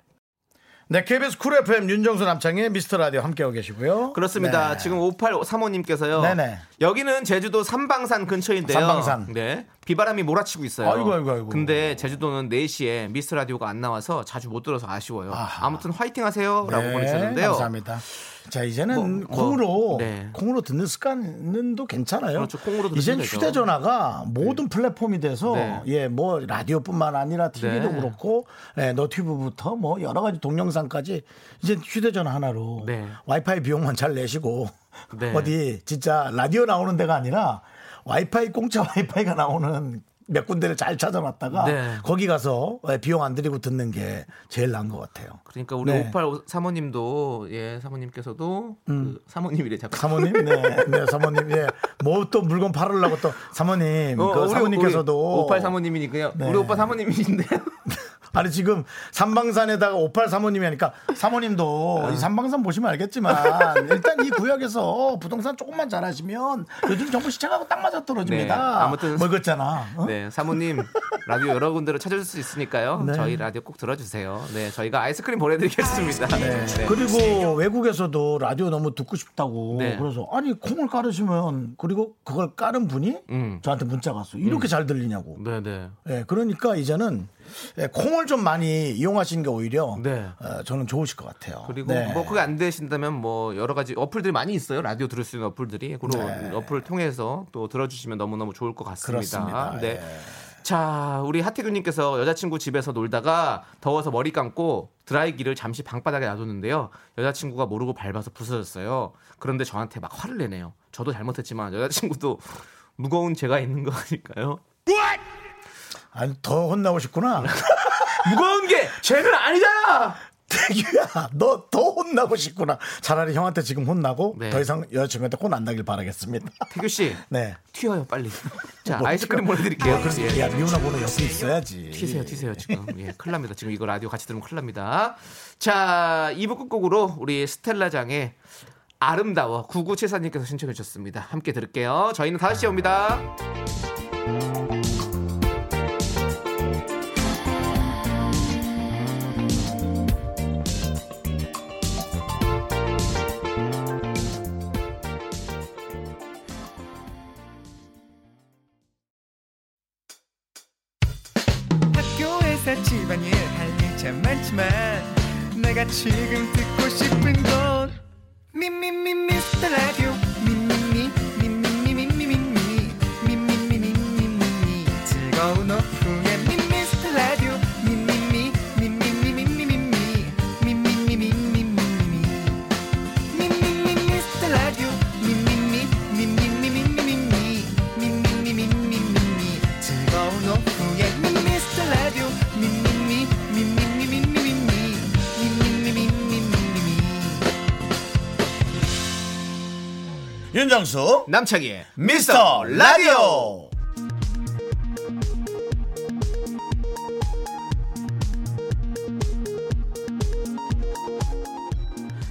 Speaker 1: 네, KBS 쿨 FM 윤정수 남창의 미스터 라디오 함께하고 계시고요.
Speaker 2: 그렇습니다.
Speaker 1: 네.
Speaker 2: 지금 5835님께서요.
Speaker 1: 네네.
Speaker 2: 여기는 제주도 삼방산 근처인데요.
Speaker 1: 삼방산.
Speaker 2: 네. 비바람이 몰아치고 있어요.
Speaker 1: 아이고, 아이고, 아이고.
Speaker 2: 근데 제주도는 4시에 미스 라디오가 안 나와서 자주 못 들어서 아쉬워요.
Speaker 1: 아하.
Speaker 2: 아무튼 화이팅 하세요. 라고
Speaker 1: 네,
Speaker 2: 보내주셨는데요.
Speaker 1: 감사합니다. 자 이제는
Speaker 2: 뭐, 뭐,
Speaker 1: 콩으로
Speaker 2: 네.
Speaker 1: 콩으로 듣는 습관은 또 괜찮아요.
Speaker 2: 그렇죠. 콩으로 듣는
Speaker 1: 이제는
Speaker 2: 되죠.
Speaker 1: 휴대전화가 모든 플랫폼이 돼서
Speaker 2: 네.
Speaker 1: 예 뭐 라디오뿐만 아니라 TV도
Speaker 2: 네.
Speaker 1: 그렇고 예, 너튜브부터 뭐 여러 가지 동영상까지 이제 휴대전화 하나로
Speaker 2: 네.
Speaker 1: 와이파이 비용만 잘 내시고
Speaker 2: 네.
Speaker 1: 어디 진짜 라디오 나오는 데가 아니라 와이파이 공짜 와이파이가 나오는 몇 군데를 잘 찾아놨다가
Speaker 2: 네.
Speaker 1: 거기 가서 예, 비용 안 들이고 듣는 게 제일 나은 것 같아요.
Speaker 2: 그러니까 우리
Speaker 1: 네.
Speaker 2: 58 사모님도 예 사모님께서도
Speaker 1: 음.
Speaker 2: 그 사모님이래 자꾸
Speaker 1: 사모님, 네, 네, 사모님, 예. 뭐 또 물건 팔으려고 또 사모님,
Speaker 2: 어,
Speaker 1: 그
Speaker 2: 우리- 우리
Speaker 1: 사모님께서도
Speaker 2: 58 사모님이니 그냥
Speaker 1: 네.
Speaker 2: 우리 오빠 사모님이신데
Speaker 1: 아니 지금 삼방산에다가 58 사모님이 하니까
Speaker 2: 아.
Speaker 1: 사모님도 이 삼방산 보시면 알겠지만 일단 이 구역에서 부동산 조금만 잘하시면 요즘 정부 시청하고 딱 맞아 떨어집니다.
Speaker 2: 네, 아무튼-
Speaker 1: 뭐 그랬잖아. 어?
Speaker 2: 네 사모님 라디오 여러 군데로 찾아줄 수 있으니까요
Speaker 1: 네.
Speaker 2: 저희 라디오 꼭 들어주세요 네 저희가 아이스크림 보내드리겠습니다
Speaker 1: 네.
Speaker 2: 네.
Speaker 1: 그리고 외국에서도 라디오 너무 듣고 싶다고
Speaker 2: 네.
Speaker 1: 그래서 아니 콩을 깔으시면 그리고 그걸 깔은 분이
Speaker 2: 음.
Speaker 1: 저한테 문자가 왔어. 이렇게 잘 들리냐고.
Speaker 2: 네네.
Speaker 1: 예, 그러니까 이제는 예, 콩을 폰을 좀 많이 이용하시는 게 오히려
Speaker 2: 네.
Speaker 1: 어, 저는 좋으실 것 같아요. 네.
Speaker 2: 그리고 뭐 그게 안 되신다면 뭐 여러 가지 어플들이 많이 있어요. 라디오 들을 수 있는 어플들이 그런 어플 통해서 또 들어주시면 너무너무 좋을 것 같습니다.
Speaker 1: 네. 그렇습니다. 예.
Speaker 2: 네. 자, 우리 하태규님께서 여자친구 집에서 놀다가 더워서 머리 감고 드라이기를 잠시 방바닥에 놔뒀는데요. 여자친구가 모르고 밟아서 부서졌어요. 그런데 저한테 막 화를 내네요. 저도 잘못했지만 여자친구도 무거운 죄가 있는 거 아닐까요?
Speaker 1: 아니 더 혼나고 싶구나.
Speaker 2: 무거운 게 죄는 아니잖아.
Speaker 1: 태규야, 너 더 혼나고 싶구나. 차라리 형한테 지금 혼나고
Speaker 2: 네.
Speaker 1: 더 이상 여자친구한테 혼 안 나길 바라겠습니다.
Speaker 2: 태규 씨,
Speaker 1: 네.
Speaker 2: 튀어요 빨리. 자,
Speaker 1: 뭐
Speaker 2: 아이스크림
Speaker 1: 튀어.
Speaker 2: 보내드릴게요. 예.
Speaker 1: 야, 미우나 보는 옆에 있어야지.
Speaker 2: 튀세요, 튀세요, 지금. 예, 큰일 납니다. 지금 이거 라디오 같이 들으면 큰일 납니다. 자, 2부 끝곡으로 우리 스텔라장의 아름다워 9974님께서 신청해 주셨습니다. 함께 들을게요. 저희는 5시에 옵니다.
Speaker 5: 학교에서 집안일 할 일 참 많지만 내가 지금 듣고 싶은 건 미미미 미스터 라디오 미미미 미미미 미미미 미미미 미미미 즐거운 오후에 미미스터 라디오 미미미 미미미 미미미 미미미 미미미 미미미 미스터 라디오 미미미 미미미 미미미 미미미 미미미 즐거운 오후에 미스터 라디오 미미미 미미미 미미미 미미미 미미미
Speaker 1: 윤정수,
Speaker 2: 남창희의
Speaker 1: 미스터 라디오.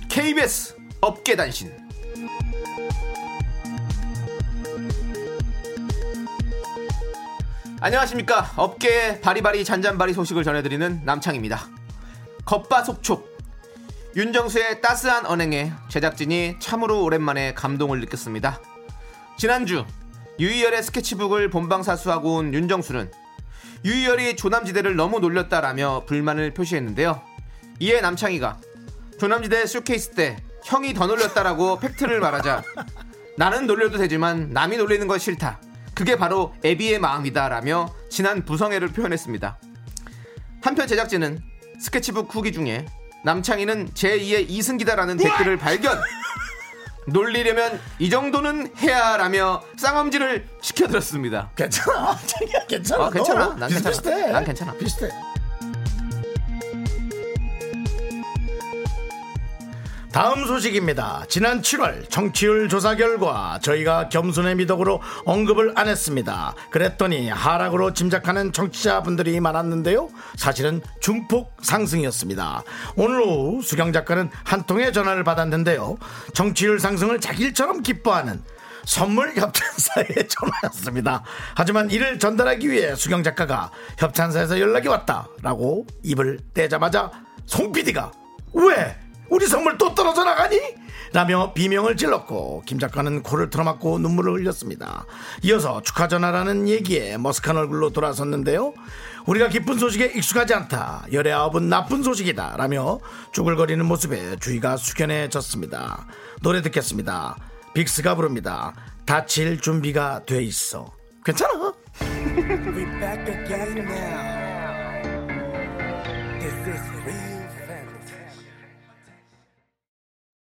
Speaker 2: KBS 업계 단신. 안녕하십니까. 업계의 바리바리 잔잔바리 소식을 전해드리는 남창입니다. 겉바속촉. 윤정수의 따스한 언행에 제작진이 참으로 오랜만에 감동을 느꼈습니다. 지난주 유희열의 스케치북을 본방사수하고 온 윤정수는 유희열이 조남지대를 너무 놀렸다라며 불만을 표시했는데요. 이에 남창희가 조남지대 쇼케이스 때 형이 더 놀렸다라고 팩트를 말하자 나는 놀려도 되지만 남이 놀리는 건 싫다. 그게 바로 애비의 마음이다라며 지난 부성애를 표현했습니다. 한편 제작진은 스케치북 후기 중에 남창희는 제2의 이승기다라는 댓글을 발견. 놀리려면 이 정도는 해야라며 쌍엄지를 시켜드렸습니다.
Speaker 1: 괜찮아. 자기야, 괜찮아.
Speaker 2: 아, 괜찮아.
Speaker 1: 너
Speaker 2: 난
Speaker 1: 비슷-
Speaker 2: 괜찮아.
Speaker 1: 비슷해.
Speaker 2: 난 괜찮아.
Speaker 1: 비슷해. 다음 소식입니다. 지난 7월 정치율 조사 결과 저희가 겸손의 미덕으로 언급을 안 했습니다. 그랬더니 하락으로 짐작하는 정치자분들이 많았는데요. 사실은 중폭 상승이었습니다. 오늘 오후 수경 작가는 한 통의 전화를 받았는데요. 정치율 상승을 자기 일처럼 기뻐하는 선물 협찬사의 전화였습니다. 하지만 이를 전달하기 위해 수경 작가가 협찬사에서 연락이 왔다라고 입을 떼자마자 송 PD가 왜 우리 선물 또 떨어져 나가니? 라며 비명을 질렀고 김 작가는 코를 틀어막고 눈물을 흘렸습니다. 이어서 축하 전화라는 얘기에 머쓱한 얼굴로 돌아섰는데요. 우리가 기쁜 소식에 익숙하지 않다. 열의 아홉은 나쁜 소식이다. 라며 쭈글거리는 모습에 주위가 숙연해졌습니다. 노래 듣겠습니다. 빅스가 부릅니다. 다칠 준비가 돼 있어. 괜찮아.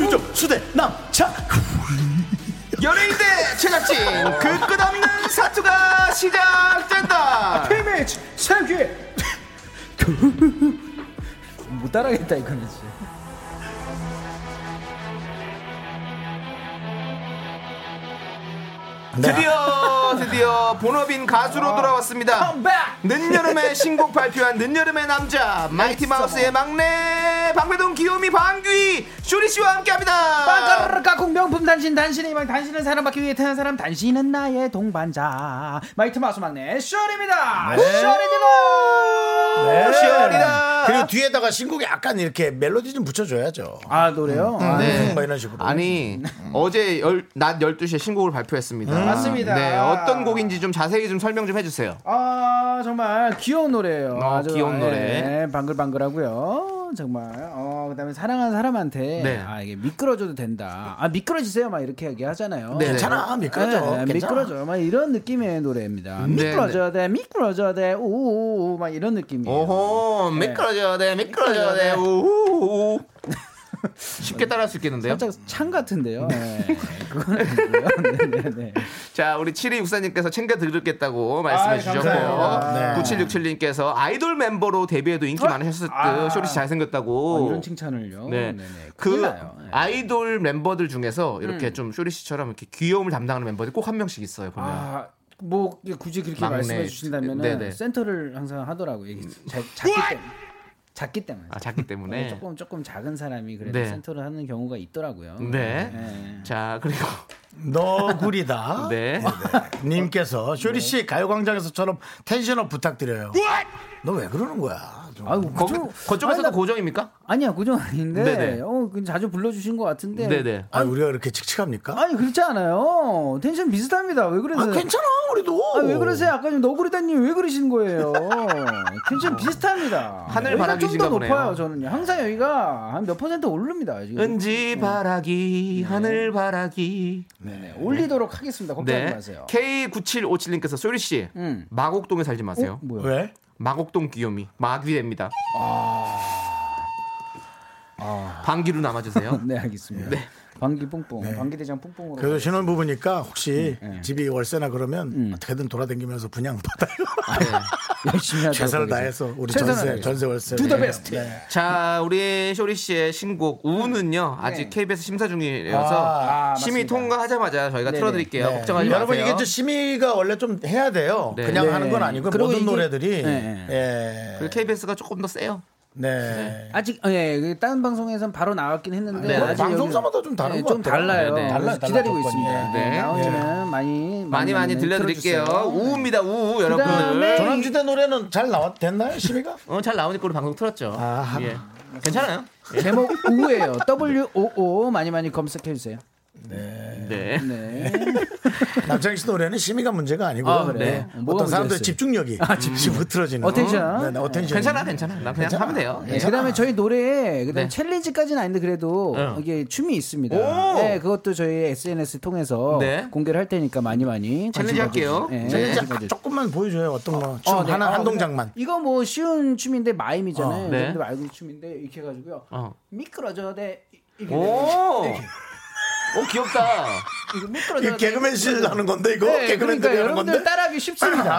Speaker 1: 요즘 수대 남자
Speaker 2: 연예인 대 제작진 그 끝없는 사투가 시작된다.
Speaker 1: 세계
Speaker 6: 못 따라겠다 이거지. 네.
Speaker 2: 드디어 드디어 본업인 가수로 돌아왔습니다.
Speaker 6: I'm back.
Speaker 2: 늦여름에 신곡 발표한 늦여름의 남자 마이티 마우스의 막내 방배동 귀요미 방귀 쇼리 씨와 함께합니다.
Speaker 6: 빠가르르 까꿍 명품 단신 단신의 희망 단신은 사랑받기 위해 태어난 사람 단신은 나의 동반자 마이트 마우스 막내 쇼리입니다 쇼리지고
Speaker 1: 네.
Speaker 2: 시원이다.
Speaker 1: 그리고 뒤에다가 신곡에 약간 이렇게 멜로디 좀 붙여줘야죠.
Speaker 6: 아 노래요? 아,
Speaker 2: 네.
Speaker 1: 뭐 이런 식으로.
Speaker 2: 아니 어제 열, 낮 12시에 신곡을 발표했습니다.
Speaker 6: 맞습니다.
Speaker 2: 네, 어떤 곡인지 좀 자세히 좀 설명 좀 해주세요.
Speaker 6: 아 정말 귀여운 노래예요.
Speaker 2: 어, 귀여운 노래.
Speaker 6: 예, 방글방글하고요. 정말. 어 그다음에 사랑하는 사람한테
Speaker 2: 네.
Speaker 6: 아 이게 미끄러져도 된다. 아 미끄러지세요 막 이렇게 얘기하잖아요.
Speaker 2: 네.
Speaker 1: 괜찮아 미끄러져. 괜찮아.
Speaker 6: 네, 미끄러져. 막 이런 느낌의 노래입니다.
Speaker 2: 네,
Speaker 6: 미끄러져야 돼, 미끄러져야 돼, 오오오, 막 이런 느낌이에요.
Speaker 2: 오호 미끄러져야 돼 미끄러져야 돼 우후 쉽게 따라할 수 있겠는데요.
Speaker 6: 살짝 창 같은데요. 네, 그건 아니고요. 네네네.
Speaker 2: 자, 우리 7264님께서 챙겨 드리겠다고 말씀해
Speaker 6: 아이,
Speaker 2: 주셨고,
Speaker 6: 감사해요.
Speaker 1: 네.
Speaker 2: 9767님께서 아이돌 멤버로 데뷔해도 인기 많으셨을 듯, 쇼리 씨
Speaker 6: 어,
Speaker 2: 잘생겼다고.
Speaker 6: 아. 이런 칭찬을요.
Speaker 2: 네.
Speaker 6: 네. 네네.
Speaker 2: 그
Speaker 6: 그 나요. 네. 음.
Speaker 2: 아이돌 멤버들 중에서 이렇게 좀 쇼리 씨처럼 이렇게 귀여움을 담당하는 멤버들이 꼭 한 명씩 있어요, 보면.
Speaker 6: 아, 뭐 굳이 그렇게
Speaker 2: 네. 막내.
Speaker 6: 말씀해 주신다면
Speaker 2: 네네. 음.
Speaker 6: 은 센터를 항상 하더라고. 이게 자, 작기 때문에. 작기 때문에.
Speaker 2: 아, 작기
Speaker 6: 어,
Speaker 2: 때문에.
Speaker 6: 조금 조금 작은 사람이 그래도
Speaker 2: 네.
Speaker 6: 센터를 하는 경우가 있더라고요.
Speaker 2: 네. 자, 그리고
Speaker 1: 너
Speaker 6: 아.
Speaker 1: 구리다.
Speaker 2: 네.
Speaker 1: 님께서 쇼리
Speaker 6: 네.
Speaker 1: 씨 가요광장에서처럼 텐션업 부탁드려요. 너 왜 그러는 거야? 좀.
Speaker 6: 아이고
Speaker 2: 거기
Speaker 6: 그쪽
Speaker 2: 거쪽에서도 고정입니까?
Speaker 6: 뭐 아니야 그정 아닌데
Speaker 2: 네네.
Speaker 6: 어 그건 자주 불러주신 것 같은데
Speaker 2: 네, 네.
Speaker 1: 아니, 우리가 이렇게 칙칙합니까?
Speaker 6: 아니 그렇지 않아요 텐션 비슷합니다 왜
Speaker 1: 아,
Speaker 6: 그러세요
Speaker 1: 괜찮아 우리도.
Speaker 6: 아, 왜 그러세요 아까 좀 너구리다님 왜 그러신 거예요 텐션 비슷합니다
Speaker 2: 어. 하늘
Speaker 6: 여기가
Speaker 2: 바람이신가
Speaker 6: 좀더
Speaker 2: 보네요.
Speaker 6: 높아요 저는요 항상 여기가 한 몇 퍼센트 오릅니다 지금
Speaker 2: 은지
Speaker 6: 네.
Speaker 2: 바라기, 하늘 바라기.
Speaker 6: 네네, 올리도록 하겠습니다 네. 걱정하지
Speaker 2: 네.
Speaker 6: 마세요
Speaker 2: K9757님께서 소리 씨
Speaker 6: 음. 어?
Speaker 2: 마곡동에 살지 마세요.
Speaker 6: 뭐야
Speaker 1: 왜?
Speaker 2: 마곡동 귀요미 마귀됩니다.
Speaker 6: 아.
Speaker 2: 방귀로 남아주세요.
Speaker 6: 네 알겠습니다 방귀 뿡뿡 방귀대장 뿡뿡으로
Speaker 1: 네. 그래도 신혼 부부니까 혹시
Speaker 6: 음, 네.
Speaker 1: 집이 월세나 그러면 어떻게든 돌아다니면서 분양 받아요.
Speaker 6: 열심히 하도록
Speaker 1: 최선을
Speaker 6: 하겠습니다.
Speaker 1: 다해서 우리
Speaker 6: 네, 최선을
Speaker 1: 전세
Speaker 6: 다해서.
Speaker 1: 전세 월세. 네.
Speaker 6: To the best.
Speaker 2: 자, 우리 쇼리 씨의 신곡 우는요 아직 KBS 심사 중이라서
Speaker 6: 아,
Speaker 2: 심의
Speaker 6: 맞습니다.
Speaker 2: 통과하자마자 저희가
Speaker 6: 네네.
Speaker 2: 틀어드릴게요.
Speaker 1: 네.
Speaker 2: 걱정하지 마세요.
Speaker 1: 여러분 이게 좀 심의가 원래 좀 해야 돼요.
Speaker 2: 네.
Speaker 1: 그냥
Speaker 2: 네.
Speaker 1: 하는 건 아니고
Speaker 6: 그리고
Speaker 1: 모든
Speaker 6: 이게-
Speaker 1: 노래들이
Speaker 6: 네.
Speaker 1: 예.
Speaker 2: 그리고 KBS가 조금 더 세요.
Speaker 1: 네.
Speaker 6: 아직 예, 그 다른 방송에서는 바로 나왔긴 했는데
Speaker 2: 네.
Speaker 6: 아직
Speaker 1: 방송사마다
Speaker 6: 여기는-
Speaker 1: 좀 다른
Speaker 6: 예,
Speaker 1: 것
Speaker 6: 좀
Speaker 1: 같아요.
Speaker 6: 달라요.
Speaker 2: 네, 네.
Speaker 6: 그래서
Speaker 1: 달라요, 달라요,
Speaker 6: 기다리고
Speaker 1: 조건이.
Speaker 6: 있습니다.
Speaker 2: 네.
Speaker 6: 나오면 많이
Speaker 2: 많이 많이 들려드릴게요. 그 우우입니다. 우우 여러분들.
Speaker 1: 조남지대 노래는 잘 나왔 됐나요 심의가?
Speaker 2: 어, 잘 나오니까 우리 방송 틀었죠.
Speaker 1: 아.
Speaker 2: 예. 괜찮아요?
Speaker 6: 제목 우예요. W O O 많이 많이 검색해 주세요.
Speaker 2: 네.
Speaker 6: 네.
Speaker 1: 남창희 씨 노래는 심의가 문제가 아니고
Speaker 6: 아,
Speaker 1: 요
Speaker 6: 그래요? 네. 뭐가
Speaker 1: 어떤 사람들의
Speaker 6: 문제였어요? 아,
Speaker 1: 집중력이 집중 흐트러지는
Speaker 6: 어텐션.
Speaker 1: 네, 네, 어텐션.
Speaker 2: 괜찮아, 괜찮아. 나 그냥
Speaker 1: 괜찮아.
Speaker 2: 하면 돼요. 예.
Speaker 6: 네, 그다음에 저희 노래에 그다음
Speaker 2: 네.
Speaker 6: 에 챌린지까지는 아닌데 그래도
Speaker 2: 어.
Speaker 6: 이게 춤이 있습니다.
Speaker 2: 오!
Speaker 6: 네, 그것도 저희 SNS 통해서
Speaker 2: 네.
Speaker 6: 공개를 할 테니까 많이 많이 관심
Speaker 2: 챌린지 할게요.
Speaker 6: 가져주세요. 네,
Speaker 2: 챌린지
Speaker 6: 관심
Speaker 1: 자,
Speaker 6: 가져주세요.
Speaker 1: 조금만 보여줘요 어떤 거. 춤
Speaker 6: 어, 네.
Speaker 1: 하나
Speaker 6: 아,
Speaker 1: 한 동작만.
Speaker 6: 이거 뭐 쉬운 춤인데 마임이잖아요.
Speaker 2: 어, 네.
Speaker 6: 근데 알고 있는 춤인데 이렇게 해가지고요.
Speaker 2: 어.
Speaker 6: 미끄러져야 돼. 이- 이렇게 돼요.
Speaker 2: 오! 오, 귀엽다.
Speaker 6: 이거 미끄러져야
Speaker 1: 이
Speaker 6: 돼.
Speaker 1: 개그맨실 하는 건데 이거
Speaker 6: 네,
Speaker 1: 개그맨들이
Speaker 6: 그러니까
Speaker 1: 하는 건데.
Speaker 6: 여러분들 따라하기 쉽습니다.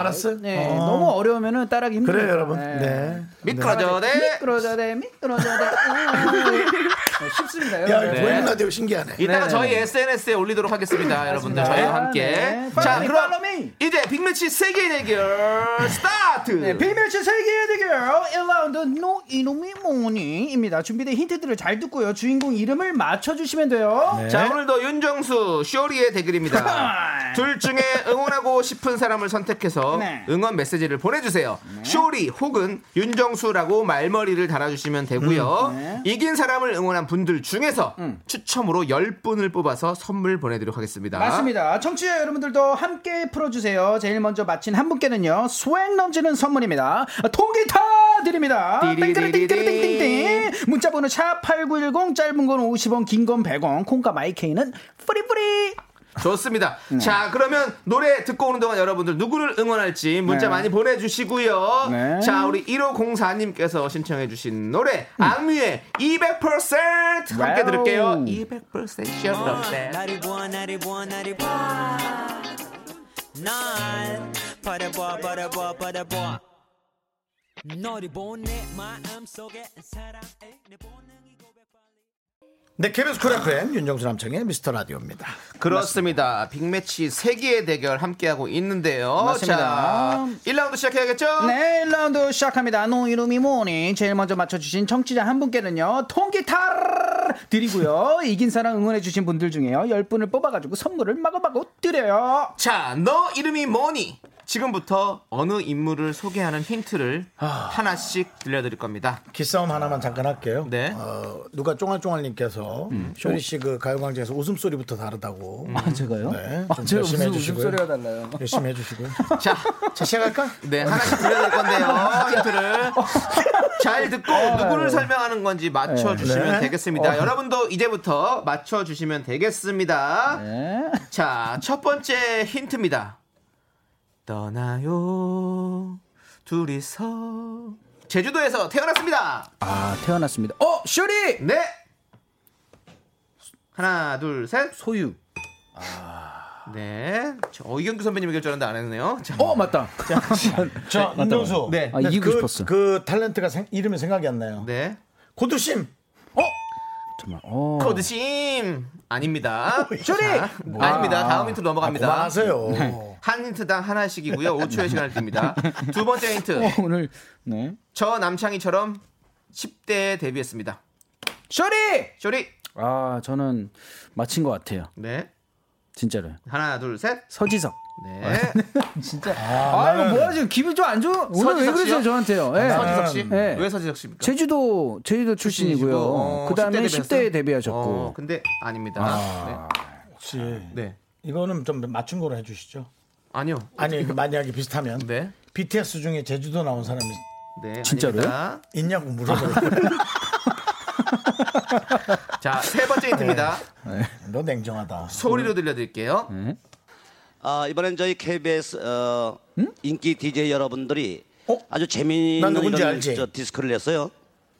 Speaker 1: 알았어요.
Speaker 6: 네,
Speaker 1: 어.
Speaker 6: 너무 어려우면은 따라하기 힘들어요.
Speaker 1: 그래 요 여러분. 네.
Speaker 2: 미끄러져야 돼.
Speaker 6: 미끄러져야 돼. 미끄러져야 돼. 우. 네, 쉽습니다.
Speaker 1: 야
Speaker 6: 여러분.
Speaker 2: 네.
Speaker 1: 보이는 라디오 신기하네.
Speaker 2: 이따가
Speaker 6: 네네네.
Speaker 2: 저희 SNS에 올리도록 하겠습니다, 여러분들. 저희와 함께.
Speaker 6: 네.
Speaker 2: 자,
Speaker 6: Follow me,
Speaker 2: 그럼
Speaker 6: follow me.
Speaker 2: 이제 빅매치 세계 대결 스타트.
Speaker 6: 네, 빌밀치 세계의 대결 1라운드 노 이놈이 뭐니입니다. 준비된 힌트들을 잘 듣고요. 주인공 이름을 맞춰주시면 돼요.
Speaker 2: 자, 오늘도 윤정수 쇼리의 대결입니다. 둘 중에 응원하고 싶은 사람을 선택해서
Speaker 6: 네.
Speaker 2: 응원 메시지를 보내주세요. 쇼리 혹은 윤정수라고 말머리를 달아주시면 되고요.
Speaker 6: 음, 네.
Speaker 2: 이긴 사람을 응원한 분들 중에서 추첨으로 10분을 뽑아서 선물 보내드리도록 하겠습니다.
Speaker 6: 맞습니다. 청취자 여러분들도 함께 풀어주세요. 제일 먼저 마친 한 분께는요, 스웩 넘치는 선물입니다. 통기타 드립니다.
Speaker 2: 띠리리리리.
Speaker 6: 땡땡땡땡땡땡. 문자번호 샵8910, 짧은 건 50원, 긴 건 100원, 콩과 마이케이는 프리프리.
Speaker 2: 좋습니다.
Speaker 6: 네.
Speaker 2: 자, 그러면 노래 듣고 오는 동안 여러분들 누구를 응원할지 문자
Speaker 6: 네.
Speaker 2: 많이 보내주시고요.
Speaker 6: 네.
Speaker 2: 자, 우리 1504님께서 신청해주신 노래, 악뮤의 200% 함께
Speaker 6: 음. 와우.
Speaker 2: 들을게요. 200% Sure of that.
Speaker 7: 나를 보아 나를 보아 나를 보아 날 바라보아 바라보아 바라보아 너를 보내 마음속에 사랑해 내 본능이 고백빨리
Speaker 1: 네, KBS 코리아 크랩 윤정수 남창의 미스터 라디오입니다.
Speaker 2: 그렇습니다. 빅매치 세개의 대결 함께하고 있는데요.
Speaker 6: 맞습니다.
Speaker 2: 자, 1라운드 시작해야겠죠?
Speaker 6: 네, 1라운드 시작합니다. 노 이름이 뭐니? 제일 먼저 맞춰주신 청취자 한 분께는요, 통기타 드리고요. 이긴 사람 응원해주신 분들 중에요, 10분을 뽑아가지고 선물을 마구마구 드려요.
Speaker 2: 자, 너 이름이 뭐니? 지금부터 어느 인물을 소개하는 힌트를
Speaker 6: 아.
Speaker 2: 하나씩 들려드릴 겁니다.
Speaker 1: 기싸움 하나만 잠깐 할게요.
Speaker 2: 네. 음.
Speaker 1: 어, 누가 쫑알쫑알님께서 쇼리 씨 그 가요광장에서 웃음소리부터 다르다고.
Speaker 6: 아, 제가요?
Speaker 1: 네,
Speaker 6: 아,
Speaker 1: 좀
Speaker 6: 제가
Speaker 1: 열심히
Speaker 6: 무슨
Speaker 1: 해주시고요.
Speaker 6: 웃음소리가 달라요.
Speaker 1: 열심히 해주시고요.
Speaker 2: 자,
Speaker 1: 자, 시작할까?
Speaker 2: 네, 하나씩 들려드릴 건데요. 힌트를 잘 듣고 누구를 설명하는 건지 맞춰주시면
Speaker 1: 어, 네.
Speaker 2: 되겠습니다. 여러분도 이제부터 맞춰주시면 되겠습니다.
Speaker 6: 네.
Speaker 2: 자, 첫 번째 힌트입니다. 떠나요, 둘이서. 제주도에서 태어났습니다.
Speaker 6: 아, 태어났습니다. 어, 쇼리!
Speaker 2: 네. 하나, 둘, 셋.
Speaker 6: 소유.
Speaker 2: 네. 저, 어, 이경규 선배님 결정한다 안 했네요. 자,
Speaker 6: 어, 맞다.
Speaker 1: 자, 윤정수.
Speaker 2: 네.
Speaker 6: 아, 이기고
Speaker 1: 그,
Speaker 6: 싶었어.
Speaker 1: 그 탤런트가 생- 이름이 생각이 안 나요.
Speaker 2: 네.
Speaker 1: 고두심.
Speaker 6: 정말. 어.
Speaker 2: 코드심 아닙니다.
Speaker 6: 쇼리!
Speaker 2: 뭐 자, 아닙니다. 다음
Speaker 1: 아,
Speaker 2: 힌트로 넘어갑니다. 네.
Speaker 1: 그만하세요. 네.
Speaker 2: 한 힌트당 하나씩이고요. 5초의 시간을 드립니다. 두 번째 힌트.
Speaker 6: 오늘, 네.
Speaker 2: 저 남창희처럼 10대에 데뷔했습니다.
Speaker 6: 쇼리!
Speaker 2: 쇼리.
Speaker 6: 아, 저는 마친 것 같아요.
Speaker 2: 네.
Speaker 6: 진짜로요.
Speaker 2: 하나, 둘, 셋.
Speaker 6: 서지석.
Speaker 2: 네.
Speaker 6: 진짜. 아,
Speaker 1: 네.
Speaker 6: 이거 뭐야, 지금 기분 좀 안 좋아. 오늘 왜
Speaker 2: 서지석
Speaker 6: 그러세요,
Speaker 2: 씨요?
Speaker 6: 저한테요? 예.
Speaker 2: 서지석 씨.
Speaker 6: 네.
Speaker 2: 왜 서지석 씨입니까?
Speaker 6: 제주도 제주도 출신이고요.
Speaker 2: 그러니까. 어,
Speaker 6: 그 다음에
Speaker 2: 10대
Speaker 6: 10대 에
Speaker 2: 데뷔했어요?
Speaker 6: 데뷔하셨고.
Speaker 2: 어, 근데 아닙니다.
Speaker 1: 혹시
Speaker 2: 네. 네.
Speaker 1: 이거는 좀 맞춘 거로 해주시죠.
Speaker 2: 아니요.
Speaker 1: 아니, 만약에 비슷하면.
Speaker 2: 네.
Speaker 1: BTS 중에 제주도 나온 사람이
Speaker 2: 네.
Speaker 6: 진짜로요?
Speaker 2: 아닙니다.
Speaker 1: 있냐고 물어보고.
Speaker 2: 자, 세 번째 힌트입니다.
Speaker 1: 너 냉정하다.
Speaker 2: 소리로 들려드릴게요.
Speaker 8: 아, 이번엔 저희 KBS 어,
Speaker 6: 음?
Speaker 8: 인기 DJ 여러분들이
Speaker 1: 어?
Speaker 8: 아주
Speaker 1: 난
Speaker 8: 재미있는
Speaker 1: 누군지
Speaker 8: 이런
Speaker 1: 알지?
Speaker 8: 저 디스크를 냈어요.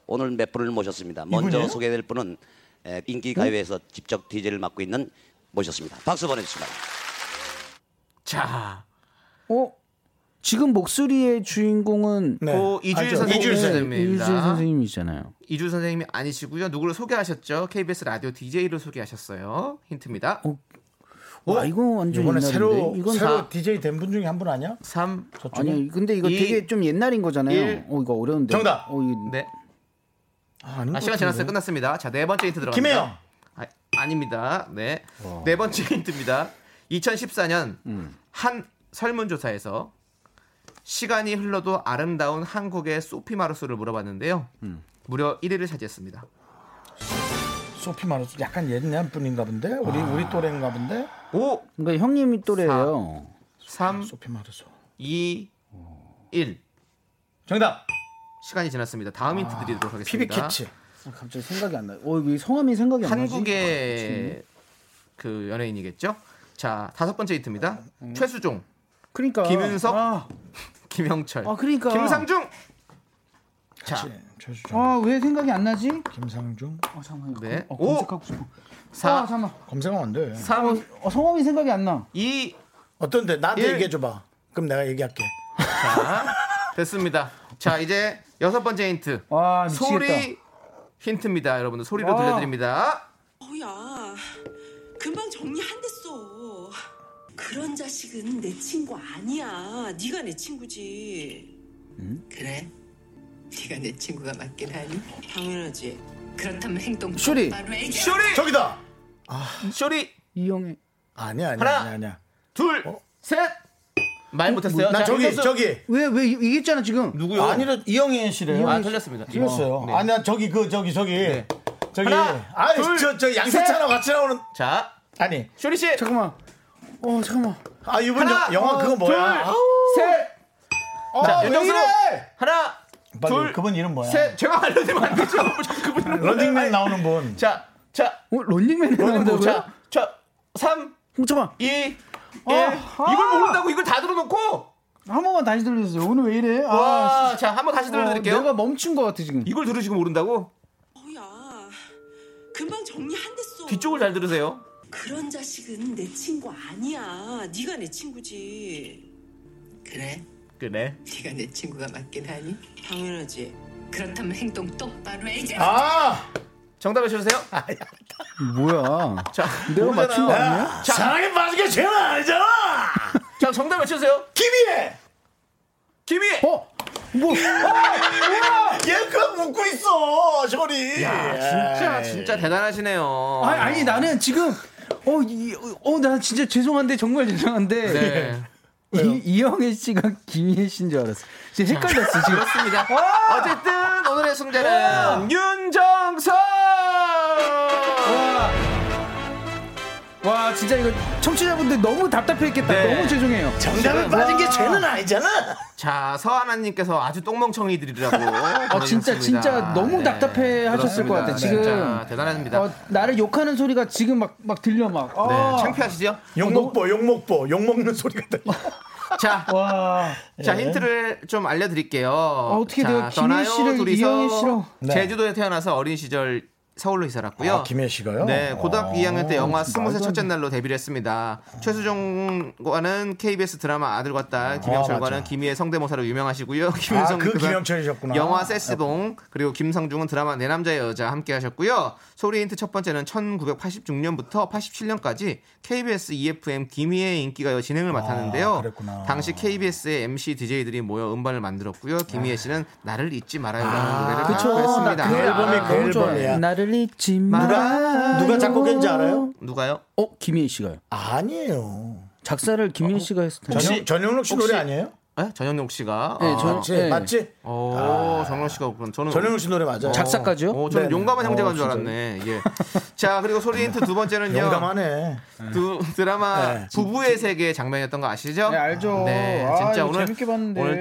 Speaker 8: 오늘 몇 분을 모셨습니다. 먼저
Speaker 1: 이분이에요?
Speaker 8: 소개될 분은 에,
Speaker 6: 어?
Speaker 8: 인기 가요에서 직접 DJ를 맡고 있는 모셨습니다. 박수 보내주시기 바랍니다.
Speaker 2: 자,
Speaker 6: 어? 지금 목소리의 주인공은 어,
Speaker 1: 네.
Speaker 2: 고 이주일
Speaker 1: 알죠?
Speaker 2: 선생님.
Speaker 1: 이주일 선생님.
Speaker 2: 선생님입니다.
Speaker 6: 이주일 선생님이잖아요.
Speaker 2: 이주 선생님이 아니시고요. 누구를 소개하셨죠? KBS 라디오 DJ를 소개하셨어요. 힌트입니다.
Speaker 6: 와 아, 이거 완전
Speaker 1: 이번에
Speaker 6: 옛날인데.
Speaker 1: 새로
Speaker 6: 이건
Speaker 1: 새로
Speaker 2: 다-
Speaker 1: DJ 된 분 중에 한 분 아니야?
Speaker 2: 3,
Speaker 1: 저쪽에
Speaker 6: 아니 근데 이거
Speaker 2: 네. 이-
Speaker 6: 되게 좀 옛날인 거잖아요.
Speaker 2: 일.
Speaker 6: 어 이거 어려운데.
Speaker 1: 정답.
Speaker 6: 어, 이거-
Speaker 2: 네.
Speaker 1: 아, 아닌 것
Speaker 2: 아, 시간
Speaker 1: 같은데.
Speaker 2: 지났어요. 끝났습니다. 자, 네 번째 힌트 들어갑니다.
Speaker 1: 김혜영.
Speaker 2: 아, 아닙니다. 네. 네 번째 힌트입니다. 2014년
Speaker 1: 음.
Speaker 2: 한 설문조사에서 시간이 흘러도 아름다운 한국의 소피 마르소를 물어봤는데요.
Speaker 1: 음.
Speaker 2: 무려 1위를 차지했습니다.
Speaker 1: 소피 마르스 약간 옛날 분인가 본데 우리 우리 또래인가 본데
Speaker 2: 5,
Speaker 6: 그러니까 형님이 또래예요.
Speaker 2: 3,
Speaker 1: 소피 마르스
Speaker 2: 2, 1.
Speaker 1: 정답
Speaker 2: 시간이 지났습니다. 다음 힌트 드리도록 하겠습니다.
Speaker 1: 아, 피비캐치
Speaker 6: 아, 갑자기 생각이 안 나. 어 이거 성함이 생각이 안 나. 아,
Speaker 2: 한국의 그 연예인이겠죠? 자, 다섯 번째 힌트입니다.
Speaker 6: 아, 음.
Speaker 2: 최수종,
Speaker 6: 그러니까
Speaker 2: 김윤석,
Speaker 6: 아,
Speaker 2: 김영철,
Speaker 6: 아, 그러니까.
Speaker 2: 김상중. 자,
Speaker 1: 네, 최수정
Speaker 6: 아, 왜 생각이 안 나지?
Speaker 1: 김상중
Speaker 6: 아 잠깐만.
Speaker 2: 네.
Speaker 6: 어,
Speaker 2: 오.
Speaker 6: 검색하고 싶어. 아,
Speaker 2: 4,
Speaker 6: 잠깐만.
Speaker 1: 검색하면 안돼
Speaker 2: 3,
Speaker 6: 어, 성함이 생각이 안 나.
Speaker 2: 2
Speaker 1: 어떤데 나한테
Speaker 2: 일.
Speaker 1: 얘기해줘봐 그럼 내가 얘기할게
Speaker 2: 됐습니다. 자, 이제 여섯 번째 힌트.
Speaker 6: 와, 미치겠다.
Speaker 2: 소리 힌트입니다, 여러분들. 소리로
Speaker 6: 와.
Speaker 2: 들려드립니다.
Speaker 3: 뭐야 금방 정리한댔어 그런 자식은 내 친구 아니야 네가 내 친구지
Speaker 7: 그래? 네가 내 친구가 맞긴 하니? 당연하지
Speaker 3: 그렇다면 행동
Speaker 6: 쇼리.
Speaker 3: 바로 애교
Speaker 2: 쇼리,
Speaker 1: 저기다
Speaker 2: 쇼리,
Speaker 6: 이영애.
Speaker 1: 아니야 아니야
Speaker 2: 하나.
Speaker 1: 아니야, 아니야.
Speaker 2: 둘,
Speaker 6: 어?
Speaker 2: 셋. 말
Speaker 6: 뭐,
Speaker 2: 못했어요.
Speaker 1: 나
Speaker 2: 자,
Speaker 1: 저기
Speaker 2: 윤정수.
Speaker 1: 저기
Speaker 6: 왜왜 이겼잖아 지금.
Speaker 2: 누구요?
Speaker 1: 아니라 이영애 씨래요
Speaker 2: 아, 틀렸습니다.
Speaker 1: 틀렸어요
Speaker 2: 어, 네.
Speaker 1: 아니야 저기 그 저기 저기 저기
Speaker 2: 하나, 둘,
Speaker 1: 아니 저저 양세찬하고 같이 나오는
Speaker 2: 자,
Speaker 1: 아니
Speaker 2: 쇼리 씨,
Speaker 6: 잠깐만. 어 잠깐만.
Speaker 1: 아 이번
Speaker 2: 하나,
Speaker 1: 여- 영화 그거 뭐야 아우,
Speaker 2: 셋. 자,
Speaker 1: 아, 왜
Speaker 2: 윤정수.
Speaker 1: 이래
Speaker 2: 하나,
Speaker 1: 빨리,
Speaker 2: 둘,
Speaker 1: 그분 이름 뭐야
Speaker 2: 셋. 제가 알려드리면 안 되죠.
Speaker 6: 아,
Speaker 2: 그분
Speaker 1: 런닝맨 나오는 분
Speaker 2: 자, 자,
Speaker 6: 어,
Speaker 2: 런닝맨.
Speaker 6: 런닝맨
Speaker 2: 뭐
Speaker 6: 나온다고요? 어,
Speaker 2: 자, 자, 3,
Speaker 6: 잠깐만.
Speaker 2: 2, 1.
Speaker 6: 아.
Speaker 2: 이걸 모른다고 이걸 다 들어놓고.
Speaker 6: 한 번만 다시 들려주세요. 오늘 왜 이래? 아,
Speaker 2: 와, 자, 한번 다시 들려드릴게요.
Speaker 6: 어, 내가 멈춘 것 같아 지금.
Speaker 2: 이걸 들으시고 모른다고?
Speaker 3: 뭐야 금방 정리한댔어
Speaker 2: 뒤쪽을 잘 들으세요.
Speaker 3: 그런 자식은 내 친구 아니야 네가 내 친구지
Speaker 7: 그래?
Speaker 2: 그래?
Speaker 7: 네가 내 친구가 맞긴 하니? 당연하지. 그렇다면 행동 똑바로 해야지.
Speaker 1: 아!
Speaker 2: 정답 외쳐주세요. 아,
Speaker 6: 뭐야?
Speaker 2: 자,
Speaker 6: 내가
Speaker 2: 모르잖아.
Speaker 6: 맞춘 거 아니야?
Speaker 2: 야,
Speaker 1: 사랑에 빠진 게 죄는 아니잖아!
Speaker 2: 자, 정답 외쳐주세요.
Speaker 1: 김희애!
Speaker 2: 김희!
Speaker 6: 어? 뭐?
Speaker 1: 얘가 웃고 있어, 저리.
Speaker 2: 야, 진짜, 진짜 대단하시네요.
Speaker 6: 네. 아니, 아니 나는 지금 어, 이, 어, 나 진짜 죄송한데 정말 죄송한데
Speaker 2: 네.
Speaker 6: 이, 이영애 씨가 김희애 씨인 줄 알았어. 지금 헷갈렸어 지금.
Speaker 2: 그렇습니다.
Speaker 6: 아!
Speaker 2: 어쨌든 오늘의 승자는 윤정선! 아!
Speaker 6: 와 진짜 이거 청취자분들 너무 답답했겠다.
Speaker 2: 네.
Speaker 6: 너무 죄송해요.
Speaker 1: 정답에 빠진 게 죄는 아니잖아!
Speaker 2: 자, 서하나님께서 아주 똥멍청이들이라고.
Speaker 6: 아 진짜
Speaker 2: 보내주셨습니다.
Speaker 6: 진짜 너무
Speaker 2: 네.
Speaker 6: 답답해 하셨을 것 같아
Speaker 2: 그렇습니다.
Speaker 6: 지금.
Speaker 2: 진짜 대단합니다.
Speaker 6: 어, 나를 욕하는 소리가 지금 막 막 들려 막. 아.
Speaker 2: 네, 창피하시죠?
Speaker 1: 욕먹보, 욕먹보, 욕먹는 소리가 들려.
Speaker 2: 자,
Speaker 6: 와. 예. 아,
Speaker 2: 자 힌트를 좀 알려드릴게요.
Speaker 6: 어떻게
Speaker 2: 자,
Speaker 6: 돼요? 김혜
Speaker 2: 떠나요
Speaker 6: 씨를,
Speaker 2: 둘이서
Speaker 6: 이영애 씨로.
Speaker 1: 네.
Speaker 2: 제주도에 태어나서 어린 시절 서울로 이사 갔고요.
Speaker 1: 아, 김혜 씨가요?
Speaker 2: 네, 고등학교
Speaker 1: 아,
Speaker 2: 2학년 때 영화
Speaker 6: 진짜
Speaker 2: 스무세
Speaker 6: 말도 안
Speaker 2: 첫째 날로 데뷔를 했습니다. 최수종과는 KBS 드라마 아들과 딸, 김영철과는
Speaker 1: 맞아.
Speaker 2: 김희의 성대모사로 유명하시고요. 김윤성
Speaker 1: 그
Speaker 2: 교사-
Speaker 1: 김영철이셨구나. 아,
Speaker 2: 영화 세스봉 그리고 김성중은 드라마 내 남자의 여자 함께 하셨고요. 소리 힌트 첫 번째는 1986년부터 87년까지 KBS EFM 김희의 인기가요 진행을 맡았는데요.
Speaker 1: 아, 그랬구나.
Speaker 2: 당시 KBS의 MC DJ들이 모여 음반을 만들었고요.
Speaker 1: 네.
Speaker 2: 김희애 씨는 나를 잊지 말아요라는 노래를
Speaker 6: 그쵸.
Speaker 2: 발표했습니다.
Speaker 1: 그 앨범이 그
Speaker 6: 너무 좋아요.
Speaker 1: 앨범이야.
Speaker 6: 나를 잊지
Speaker 1: 누가,
Speaker 6: 말아요.
Speaker 1: 누가 작곡했는지 알아요?
Speaker 2: 누가요?
Speaker 6: 어 김희애 씨가요.
Speaker 1: 아니에요.
Speaker 6: 작사를 김희애 씨가 했을 텐데.
Speaker 1: 전용, 전용록 씨 노래 아니에요?
Speaker 2: 에? 예? 전현용 씨가.
Speaker 6: 네,
Speaker 2: 아,
Speaker 6: 전-
Speaker 1: 맞지?
Speaker 6: 네.
Speaker 1: 맞지?
Speaker 2: 오, 정용 씨가 그럼 저는
Speaker 1: 전용록 씨 노래 맞아요.
Speaker 6: 작사까지요?
Speaker 2: 오, 저는
Speaker 1: 네네.
Speaker 2: 용감한 형제가 줄 알았네. 예. 자, 그리고 소리 힌트 두 번째는요.
Speaker 1: 용감하네.
Speaker 2: 두 드라마
Speaker 1: 네.
Speaker 2: 부부의 세계 장면이었던 거 아시죠?
Speaker 6: 네, 알죠.
Speaker 2: 네,
Speaker 6: 아,
Speaker 2: 진짜
Speaker 6: 이거
Speaker 2: 오늘
Speaker 6: 재밌게 봤는데.
Speaker 2: 오늘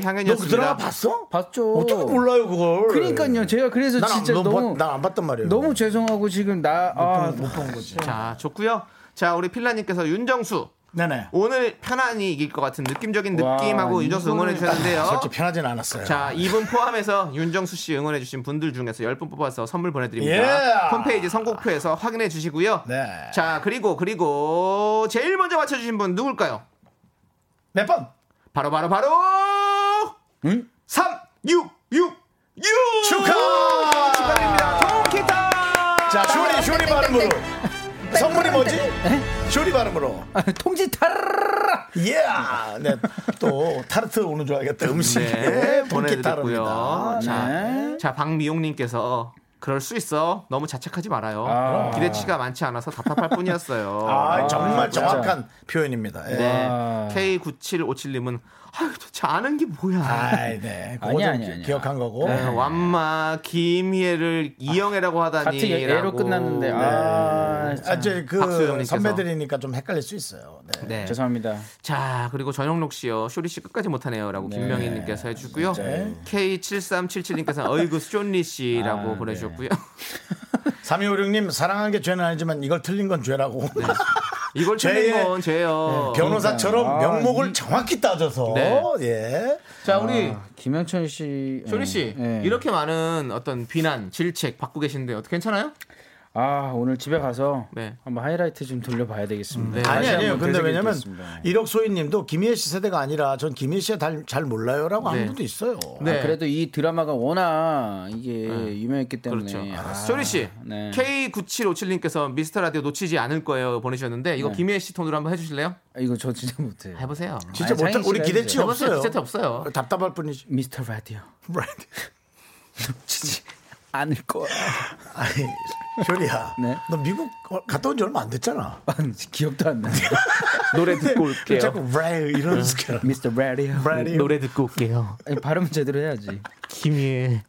Speaker 1: 너 그 드라마
Speaker 2: 향연이었습니다.
Speaker 1: 봤어?
Speaker 6: 봤죠.
Speaker 1: 어떻게 몰라요 그걸?
Speaker 6: 그러니까요. 제가 그래서
Speaker 1: 난,
Speaker 6: 진짜
Speaker 1: 진짜
Speaker 6: 너무
Speaker 1: 난안 봤단 말이에요.
Speaker 6: 너무 죄송하고 지금 나 아,
Speaker 1: 못본 거지.
Speaker 2: 자, 좋고요. 자, 우리 필라님께서 윤정수
Speaker 1: 네네.
Speaker 2: 오늘 편안히 이길 것 같은 느낌적인
Speaker 6: 와,
Speaker 2: 느낌하고 윤정수 응원해 주셨는데요.
Speaker 1: 그렇게 편하진 않았어요.
Speaker 2: 자, 이분 포함해서 윤정수 씨 응원해 주신 분들 중에서 10분 뽑아서 선물 보내 드립니다.
Speaker 1: 예.
Speaker 2: 홈페이지 선곡표에서 확인해 주시고요.
Speaker 1: 네.
Speaker 2: 자, 그리고 그리고 제일 먼저 맞춰 주신 분 누굴까요?
Speaker 1: 몇 번?
Speaker 2: 바로 바로 바로
Speaker 6: 응?
Speaker 2: 3 6 6 6
Speaker 1: 축하!
Speaker 2: 축하드립니다. 통키타.
Speaker 1: 자, 쇼리 쇼리 발음으로. 선물이 뭐지?
Speaker 2: 네?
Speaker 1: 쇼리 발음으로.
Speaker 6: 아, 통지 타르르
Speaker 1: 예. 네. 또 타르트 오는 줄 알겠다. 음식.
Speaker 2: 네,
Speaker 1: 에
Speaker 2: 보내드렸고요. 자,
Speaker 6: 네.
Speaker 2: 자 박미용님께서 그럴 수 있어. 너무 자책하지 말아요. 기대치가 많지 않아서 답답할 뿐이었어요.
Speaker 1: 아, 정말 정확한 표현입니다. 예.
Speaker 2: 네.
Speaker 6: 와.
Speaker 2: K9757님은 아유 도대체 아는 게 뭐야.
Speaker 1: 아이, 네. 그거
Speaker 6: 아니,
Speaker 1: 좀
Speaker 6: 아니, 아니.
Speaker 1: 기억한 거고.
Speaker 2: 네, 완마 김희애를 이영애라고 하다니.
Speaker 6: 아, 같은 예로 끝났는데 아,
Speaker 1: 아, 이제 그
Speaker 2: 네. 박수영님께서.
Speaker 1: 선배들이니까 좀 헷갈릴 수 있어요. 네.
Speaker 2: 네.
Speaker 6: 죄송합니다.
Speaker 2: 자 그리고 전영록 씨요 쇼리 씨 끝까지 못하네요라고 김명희님께서 해주고요
Speaker 6: 네.
Speaker 2: K 7 3 7 7님께서 어이구 쇼리
Speaker 6: 아,
Speaker 2: 씨라고
Speaker 6: 네.
Speaker 2: 보내주셨고요
Speaker 1: 3256님, 사랑한 게 죄는 아니지만 이걸 틀린 건 죄라고.
Speaker 2: 네. 이걸
Speaker 1: 죄의-
Speaker 2: 틀린 건 죄요
Speaker 1: 어, 변호사처럼
Speaker 6: 아,
Speaker 1: 명목을 정확히 따져서.
Speaker 2: 네.
Speaker 1: 예.
Speaker 2: 자 우리
Speaker 6: 아, 김현철 씨,
Speaker 2: 쇼리 씨
Speaker 6: 예, 예.
Speaker 2: 이렇게 많은 어떤 비난 질책 받고 계시는데 어떻게 괜찮아요?
Speaker 6: 아 오늘 집에 가서
Speaker 2: 네.
Speaker 6: 한번 하이라이트 좀 돌려봐야 되겠습니다.
Speaker 2: 네.
Speaker 1: 아니
Speaker 6: 다시
Speaker 1: 아니에요.
Speaker 6: 한번
Speaker 1: 근데
Speaker 6: 되새겨
Speaker 1: 왜냐면
Speaker 6: 있겠습니다.
Speaker 1: 일억 소희님도 김희애 씨 세대가 아니라 전 김희애 씨잘 잘 몰라요라고
Speaker 2: 네.
Speaker 1: 하는 분도 있어요.
Speaker 2: 네.
Speaker 6: 아, 그래도 이 드라마가 워낙 이게 유명했기 때문에
Speaker 2: 그렇죠.
Speaker 6: 아,
Speaker 2: 쇼리 씨,
Speaker 6: 네.
Speaker 2: K9757님께서 미스터 라디오 놓치지 않을 거예요 보내주셨는데
Speaker 6: 네.
Speaker 2: 이거 김희애 씨 톤으로 한번 해주실래요?
Speaker 6: 이거 저 진짜 못해요.
Speaker 2: 해보세요.
Speaker 1: 진짜
Speaker 6: 아니,
Speaker 1: 못할
Speaker 6: 장인
Speaker 1: 우리
Speaker 6: 씨가
Speaker 1: 기대치
Speaker 6: 해주세요.
Speaker 2: 해보세요.
Speaker 1: 없어요.
Speaker 2: 진짜 없어요.
Speaker 1: 답답할 뿐이지.
Speaker 6: 미스터 라디오
Speaker 1: Right.
Speaker 6: 놓치지 않을 거야.
Speaker 1: 아니 효리야,
Speaker 6: 네.
Speaker 1: 너 미국 갔다 온 지 얼마 안 됐잖아.
Speaker 6: 아니, 기억도 안 나.
Speaker 2: 노래 듣고
Speaker 1: 왜 자꾸 Right 이런 스킬.
Speaker 6: 미스터 라디오
Speaker 1: Right.
Speaker 2: 노래 듣고 올게요.
Speaker 6: 아니, 발음 제대로 해야지.
Speaker 2: 김희애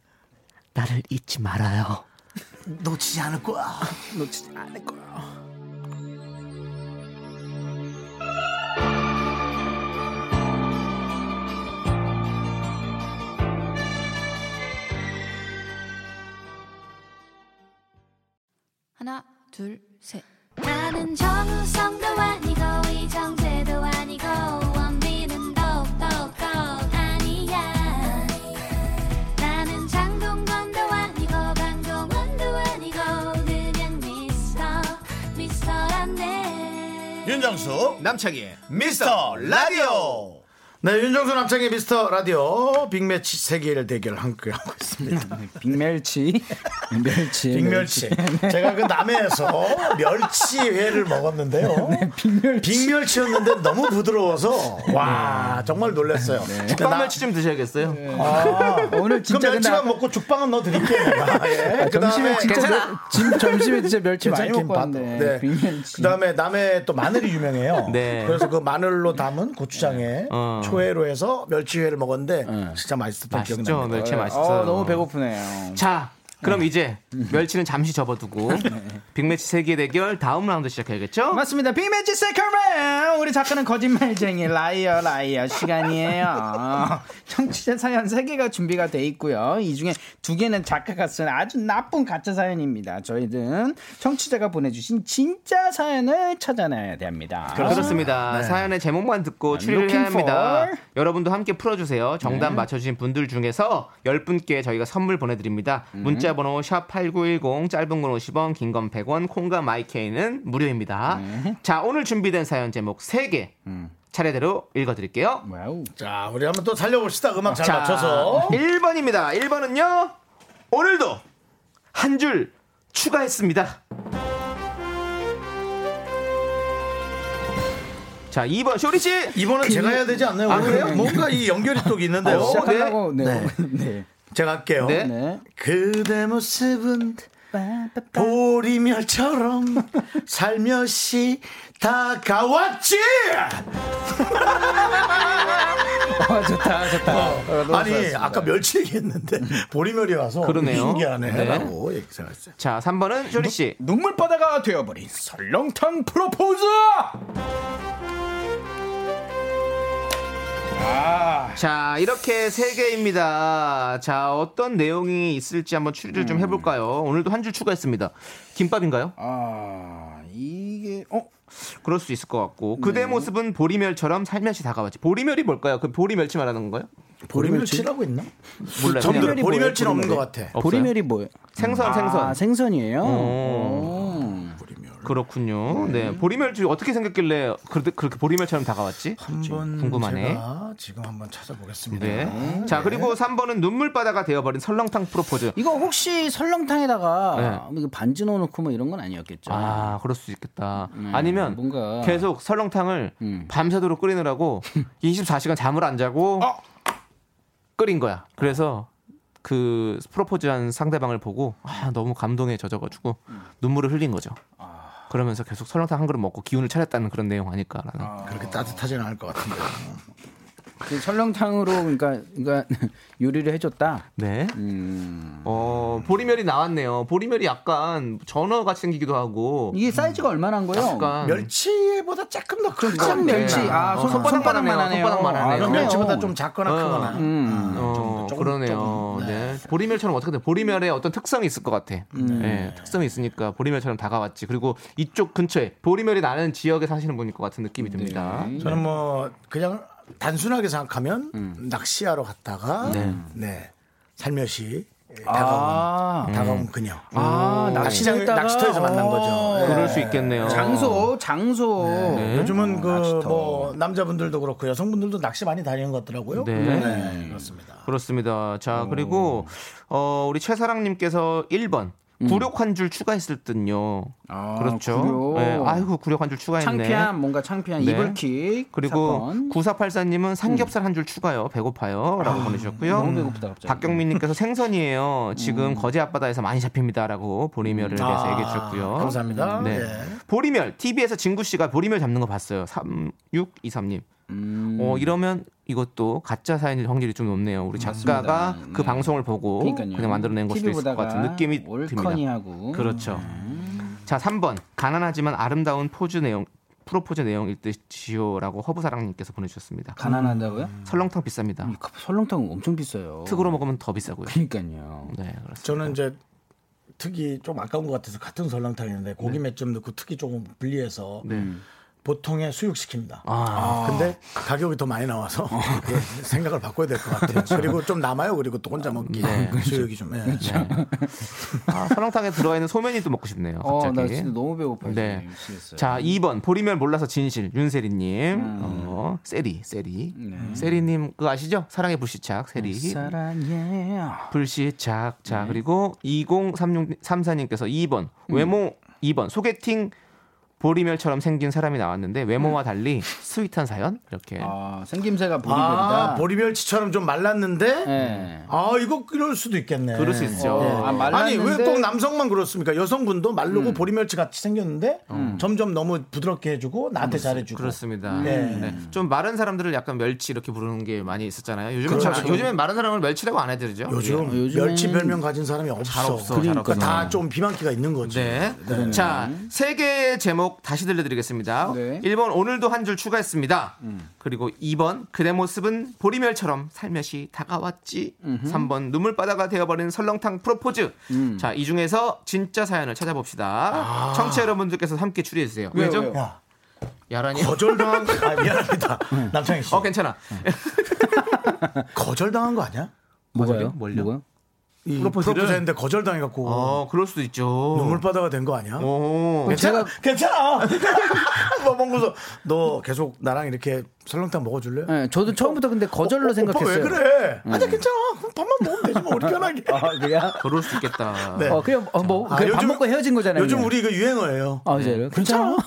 Speaker 2: 나를 잊지 말아요.
Speaker 1: 놓치지 않을 거야.
Speaker 6: 놓치지 않을 거야.
Speaker 9: 하나 둘 셋. 나는 정우성도 아니고 이정재도 아니고 원빈은 더욱더 아니야. 나는 장동건도 아니고 강동원도 아니고 그냥 미스터 미스터란데.
Speaker 1: 윤정수
Speaker 2: 남창희
Speaker 1: 미스터 라디오. 네, 윤정수 남창의 미스터 라디오 빅매치 세계일 대결 함께 하고 있습니다.
Speaker 6: 빅멸치. 멸치. 네,
Speaker 1: 빅멸치. 제가 그 남해에서 멸치회를 먹었는데요.
Speaker 6: 네,
Speaker 1: 빅멸치. 였는데 너무 부드러워서 와 정말 놀랐어요.
Speaker 2: 죽방멸치 좀 드셔야겠어요.
Speaker 6: 오늘 네. 진짜
Speaker 1: 그 멸치만
Speaker 6: 근데-
Speaker 1: 먹고 죽방은 넣어 드릴게요. 예.
Speaker 6: 아, 점심에
Speaker 1: 그다음에-
Speaker 6: 진짜
Speaker 1: 괜찮아.
Speaker 6: 멸- 진- 점심에 진짜 멸치 많이
Speaker 1: 괜찮긴
Speaker 6: 먹고
Speaker 1: 봐.
Speaker 6: 왔네.
Speaker 1: 네.
Speaker 6: 빅멸치.
Speaker 1: 그다음에 남해 또 마늘이 유명해요.
Speaker 2: 네.
Speaker 1: 그래서 그 마늘로 담은 고추장에
Speaker 2: 어.
Speaker 1: 초회로 해서 멸치회를 먹었는데
Speaker 6: 네.
Speaker 1: 진짜 맛있었던 기억이
Speaker 2: 맛있죠?
Speaker 1: 납니다.
Speaker 2: 멸치
Speaker 1: 예.
Speaker 2: 아, 맛있어요.
Speaker 6: 어, 너무 배고프네요.
Speaker 2: 자, 그럼 이제 멸치는 잠시 접어두고 빅매치 세계 대결 다음 라운드 시작해야겠죠?
Speaker 6: 맞습니다. 빅매치 세컨맨 우리 작가는 거짓말쟁이 라이어 라이어 시간이에요. 청취자 사연 세개가 준비가 돼 있고요. 이 중에 두개는 작가가 쓴 아주 나쁜 가짜 사연입니다. 저희는 청취자가 보내주신 진짜 사연을 찾아내야 됩니다.
Speaker 2: 그렇습니다. 사연의 제목만 듣고 추리를 해야
Speaker 6: looking
Speaker 2: 합니다.
Speaker 6: for-
Speaker 2: 여러분도 함께 풀어주세요. 정답
Speaker 6: 네.
Speaker 2: 맞춰주신 분들 중에서 10분께 저희가 선물 보내드립니다. 문자번호 샵8910 짧은 건 50원 긴 건 100원 콩과 마이케이는 무료입니다. 자 오늘 준비된 사연 제목 3개 차례대로 읽어드릴게요.
Speaker 1: 자 우리 한번 또 살려봅시다. 음악 잘
Speaker 2: 자,
Speaker 1: 맞춰서.
Speaker 2: 1번입니다. 1번은요. 오늘도 한 줄 추가했습니다. 자, 2번 쇼리 씨.
Speaker 1: 이번은 제가 해야 되지 않나요?
Speaker 2: 아,
Speaker 1: 오늘?
Speaker 2: 그래요?
Speaker 1: 뭔가 이 연결이 또 있는데요.
Speaker 2: 어,
Speaker 6: 시작하려고 네.
Speaker 1: 네.
Speaker 6: 네.
Speaker 1: 제가 할게요.
Speaker 2: 네.
Speaker 1: 그대 모습은 보리멸처럼 살며시 다가왔지.
Speaker 6: 어, 좋다 좋다. 어, 너무
Speaker 1: 아니
Speaker 6: 좋았습니다.
Speaker 1: 아까 멸치 얘기했는데 보리멸이 와서
Speaker 2: 그러네요. 네.
Speaker 1: 신기하네라고 얘기 생각했어요.
Speaker 2: 자, 3번은 쇼리 씨.
Speaker 6: 눈물바다가 되어버린 설렁탕 프로포즈. 아.
Speaker 2: 자, 이렇게 세개입니다 자, 어떤 내용이 있을지 한번 추리를 좀 해볼까요? 오늘도 한 줄 추가했습니다. 김밥인가요?
Speaker 6: 아 이게 어
Speaker 2: 그럴 수 있을 것 같고. 그대 모습은 보리멸처럼 살며시 다가왔지. 보리멸이 뭘까요? 그 보리멸치 말하는 건가요?
Speaker 1: 보리멸치라고 있나?
Speaker 2: 몰라요.
Speaker 1: 전
Speaker 2: 그냥
Speaker 1: 보리멸, 보리멸치는 없는 것 같아.
Speaker 2: 없어요?
Speaker 6: 보리멸이 뭐예요?
Speaker 2: 생선, 생선.
Speaker 6: 아 생선이에요.
Speaker 2: 어. 오.
Speaker 6: 음.
Speaker 2: 그렇군요. 네. 보리멸치 어떻게 생겼길래 그렇게, 그렇게 보리멸처럼 다가왔지?
Speaker 1: 한번
Speaker 2: 궁금하네.
Speaker 1: 제가 지금 한번 찾아보겠습니다.
Speaker 2: 네. 자, 그리고 3번은 눈물바다가 되어버린 설렁탕 프로포즈.
Speaker 6: 이거 혹시 설렁탕에다가 이거 반지 넣어놓고 뭐 이런 건 아니었겠죠?
Speaker 2: 네.
Speaker 6: 음,
Speaker 2: 아, 그럴 수 있겠다. 아니면
Speaker 6: 네.
Speaker 2: 그
Speaker 6: 뭔가-
Speaker 2: 계속 설렁탕을
Speaker 6: 음.
Speaker 2: 밤새도록 끓이느라고 24시간 잠을 안 자고 끓인 거야. 그래서 그 프로포즈한 상대방을 보고 아, 너무 감동에 젖어가지고 눈물을 흘린 거죠. 그러면서 계속 설렁탕 한 그릇 먹고 기운을 차렸다는 그런 내용 아닐까라는.
Speaker 1: 그렇게 따뜻하지는 않을 것 같은데.
Speaker 6: 그 설렁탕으로 그러니까 그러니까 요리를 해줬다.
Speaker 2: 네.
Speaker 6: 음.
Speaker 2: 어, 보리멸이 나왔네요. 보리멸이 약간 전어 같이 생기기도 하고.
Speaker 6: 이게 사이즈가 얼마나 한 거예요?
Speaker 2: 약간
Speaker 1: 멸치보다 조금 더 큰 거.
Speaker 6: 큰 멸치.
Speaker 2: 그러니까
Speaker 6: 아
Speaker 2: 음. 어,
Speaker 6: 손-
Speaker 2: 손바닥만
Speaker 6: 손바닥만 하네요.
Speaker 2: 하네요. 손바닥만
Speaker 6: 아,
Speaker 2: 하네요.
Speaker 6: 그럼
Speaker 1: 멸치보다 좀 작거나 크거나. 아,
Speaker 6: 음.
Speaker 2: 어, 그러네요. 네. 보리멸처럼 어떻게든 보리멸에 어떤 특성이 있을 것 같아.
Speaker 6: 음.
Speaker 2: 네, 특성이 있으니까 보리멸처럼 다가왔지. 그리고 이쪽 근처에 보리멸이 나는 지역에 사시는 분일 것 같은 느낌이
Speaker 6: 네.
Speaker 2: 듭니다.
Speaker 1: 저는 뭐 그냥 단순하게 생각하면
Speaker 2: 음.
Speaker 1: 낚시하러 갔다가 네, 살며시
Speaker 2: 음. 아.
Speaker 1: 다가온 다가온 그녀 음.
Speaker 6: 아,
Speaker 1: 낚시장
Speaker 6: 낚시했다가-
Speaker 1: 낚시터에서 만난
Speaker 6: 어.
Speaker 1: 거죠. 네.
Speaker 2: 그럴 수 있겠네요.
Speaker 6: 장소 장소.
Speaker 2: 어. 네.
Speaker 1: 요즘은 그 뭐 남자분들도 그렇고 여성분들도 낚시 많이 다니는 것 같더라고요.
Speaker 2: 네.
Speaker 1: 그렇습니다.
Speaker 2: 그렇습니다. 자, 그리고 어, 우리 최사랑님께서 1번. 구력 한 줄 추가했을 듯요.
Speaker 6: 음. 아,
Speaker 2: 그렇죠.
Speaker 6: 구력.
Speaker 2: 네, 아이고 구력 한 줄 추가했네.
Speaker 6: 창피한 뭔가 창피한
Speaker 2: 네.
Speaker 6: 이불킥
Speaker 2: 그리고
Speaker 6: 사건. 음.
Speaker 2: 9484님은 삼겹살 한 줄 추가요. 배고파요라고 보내주셨고요. 음.
Speaker 6: 아, 너무 네. 음. 배고프다, 갑자기.
Speaker 2: 박경민님께서 생선이에요. 지금 거제 앞바다에서 많이 잡힙니다라고
Speaker 6: 음.
Speaker 2: 보리멸을 대해서
Speaker 1: 아,
Speaker 2: 네, 얘기해 주셨고요.
Speaker 1: 감사합니다.
Speaker 2: 네.
Speaker 1: 예.
Speaker 2: 보리멸 TV에서 진구 씨가 보리멸 잡는 거 봤어요. 3623님.
Speaker 6: 음,
Speaker 2: 어 이러면 이것도 가짜 사연일 확률이 좀 높네요. 우리 작가가 그 방송을 보고 그냥 만들어낸 것도
Speaker 6: TV
Speaker 2: 있을 것
Speaker 6: 보다가 음.
Speaker 2: 같은 느낌이 듭니다.
Speaker 6: 네. 올커니하고
Speaker 2: 그렇죠. 자, 3번. 가난하지만 아름다운 포즈 내용 프로포즈 내용일 듯이요라고 허브사랑님께서 보내주셨습니다.
Speaker 6: 가난하다고요?
Speaker 2: 설렁탕 비쌉니다.
Speaker 6: 이거 설렁탕 엄청 비싸요.
Speaker 2: 특으로 먹으면 더 비싸고요.
Speaker 6: 음. 그러니까요.
Speaker 2: 네, 그렇습니다.
Speaker 1: 저는 이제
Speaker 2: 네.
Speaker 6: 음.
Speaker 1: 특이 좀 아까운 것 같아서 같은 설렁탕이었는데 고기 몇 점 넣고 특이 조금 분리해서 보통에
Speaker 2: 아.
Speaker 1: 수육시킵니다. 아, 근데 가격이 더 많이 나와서
Speaker 2: 어.
Speaker 1: 그 생각을 바꿔야 될 것 같아요. 그리고 좀 남아요. 그리고 또 혼자 먹기
Speaker 2: 그렇죠. 네.
Speaker 1: 수육이 좀. 예.
Speaker 2: 아, 설렁탕에 들어가 있는 소면이 또 먹고 싶네요.
Speaker 6: 어,
Speaker 2: 갑자기.
Speaker 6: 나 진짜 음. 너무 배고파요.
Speaker 2: 네.
Speaker 6: 지금. 미치겠어요.
Speaker 2: 자, 2번 보리면 몰라서 진실 윤세리님,
Speaker 6: 음.
Speaker 2: 어, 세리, 세리,
Speaker 6: 네.
Speaker 2: 세리님 그거 아시죠? 사랑의 불시착 세리.
Speaker 6: 사랑해.
Speaker 2: 네.
Speaker 6: 네.
Speaker 2: 불시착. 자, 그리고 203634님께서 2번
Speaker 6: 음.
Speaker 2: 외모 2번 소개팅 보리멸처럼 생긴 사람이 나왔는데
Speaker 6: 음.
Speaker 2: 외모와 달리 스윗한 사연
Speaker 6: 아,
Speaker 2: 이렇게.
Speaker 6: 생김새가
Speaker 1: 아, 보리멸치처럼 좀 말랐는데? 아, 이거 그럴 수도 있겠네.
Speaker 2: 네. 그럴 수 있죠.
Speaker 6: 어,
Speaker 2: 아,
Speaker 1: 아, 니
Speaker 2: 말랐는데- 음.
Speaker 1: 왜 꼭 남성만 그렇습니까? 여성분도 마르고 보리멸치 같이 생겼는데 점점 너무 부드럽게 해주고 나한테 잘해주고.
Speaker 2: 그렇습니다.
Speaker 1: 네.
Speaker 2: 네. 좀 마른 사람들을 약간 멸치 이렇게 부르는 게 많이 있었잖아요. 요즘은
Speaker 1: 그렇죠.
Speaker 2: 잘- 요즘엔 마른 사람을 멸치라고 안 해드리죠.
Speaker 1: 요즘
Speaker 2: 예.
Speaker 1: 멸치 별명 가진 사람이 없어.
Speaker 2: 잘 없어, 잘
Speaker 1: 그러니까
Speaker 2: 없어.
Speaker 1: 다 좀 비만기가 있는 거지.
Speaker 2: 네.
Speaker 1: 네.
Speaker 2: 자, 세 개의 제목 다시 들려드리겠습니다. 1번 오늘도 한 줄 추가했습니다. 그리고 2번 그대 모습은 보리멸처럼 살며시 다가왔지.
Speaker 6: 음흠.
Speaker 2: 3번 눈물바다가 되어버린 설렁탕 프로포즈.
Speaker 6: 음.
Speaker 2: 자, 이 중에서 진짜 사연을 찾아봅시다. 청취자 여러분들께서 함께 추리해주세요.
Speaker 6: 왜요,
Speaker 2: 왜죠?
Speaker 6: 왜요?
Speaker 1: 야.
Speaker 2: 야란이
Speaker 1: 거절당한 거, 아, 미안합니다. 남창희 씨.
Speaker 2: 어, 괜찮아.
Speaker 1: 거절당한 거 아니야?
Speaker 2: 뭐가요? 뭘요?
Speaker 1: 이
Speaker 2: 프로포즈를?
Speaker 1: 프로포즈 했는데 거절당해갖고.
Speaker 2: 어, 그럴 수도 있죠.
Speaker 1: 눈물바다가 된 거 아니야?
Speaker 2: 오.
Speaker 1: 괜찮아. 괜찮아. 뭐 먹고서 너 계속 나랑 이렇게 설렁탕 먹어줄래?
Speaker 6: 네, 저도 처음부터 근데 거절로 생각했어요.
Speaker 1: 오빠 왜 그래?
Speaker 6: 음.
Speaker 1: 아니 괜찮아. 그럼 밥만 먹으면 되지 뭐 우리 편하게.
Speaker 6: 아, 그냥?
Speaker 2: 그럴 수 있겠다.
Speaker 1: 네.
Speaker 6: 어, 그냥 어, 뭐,
Speaker 1: 아,
Speaker 6: 그냥 밥
Speaker 1: 요즘-
Speaker 6: 먹고 헤어진 거잖아요.
Speaker 1: 요즘
Speaker 6: 그냥.
Speaker 1: 우리 이거 유행어예요.
Speaker 6: 아, 이제 괜찮아.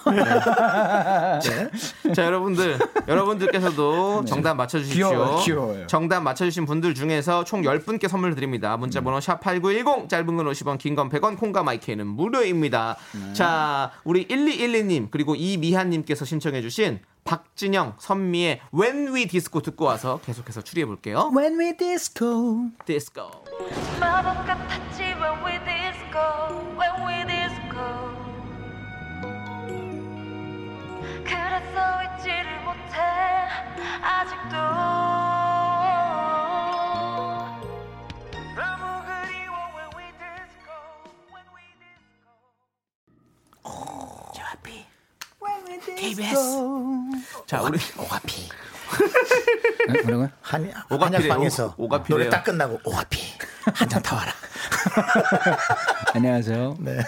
Speaker 2: 자 여러분들 여러분들께서도 정답 맞춰주십시오
Speaker 6: 네. 귀여워요, 귀여워요.
Speaker 2: 정답 맞춰주신 분들 중에서 총 10분께 선물 드립니다 문자번호
Speaker 6: 음.
Speaker 2: 샵8910 짧은 건 50원 긴 건 100원 콩과 마이크는 무료입니다
Speaker 6: 네.
Speaker 2: 자 우리 1212님 그리고 이미한님께서 신청해 주신 박진영 선미의 When We Disco 듣고 와서 계속해서 추리해 볼게요
Speaker 6: When we disco.
Speaker 2: 디스코
Speaker 10: 마법 같았지 when we disco when we disco 그래서 잊지를 못해 아직도 너무 그리워 when we disco when we
Speaker 2: 자 우리
Speaker 1: 오가피
Speaker 6: 아, 뭐라고요?
Speaker 1: 한
Speaker 2: 오가피래요.
Speaker 1: 한약방에서
Speaker 2: 오- 오가피래요.
Speaker 1: 노래 딱 끝나고 오가피 한잔 타와라.
Speaker 6: 안녕하세요.
Speaker 1: 네.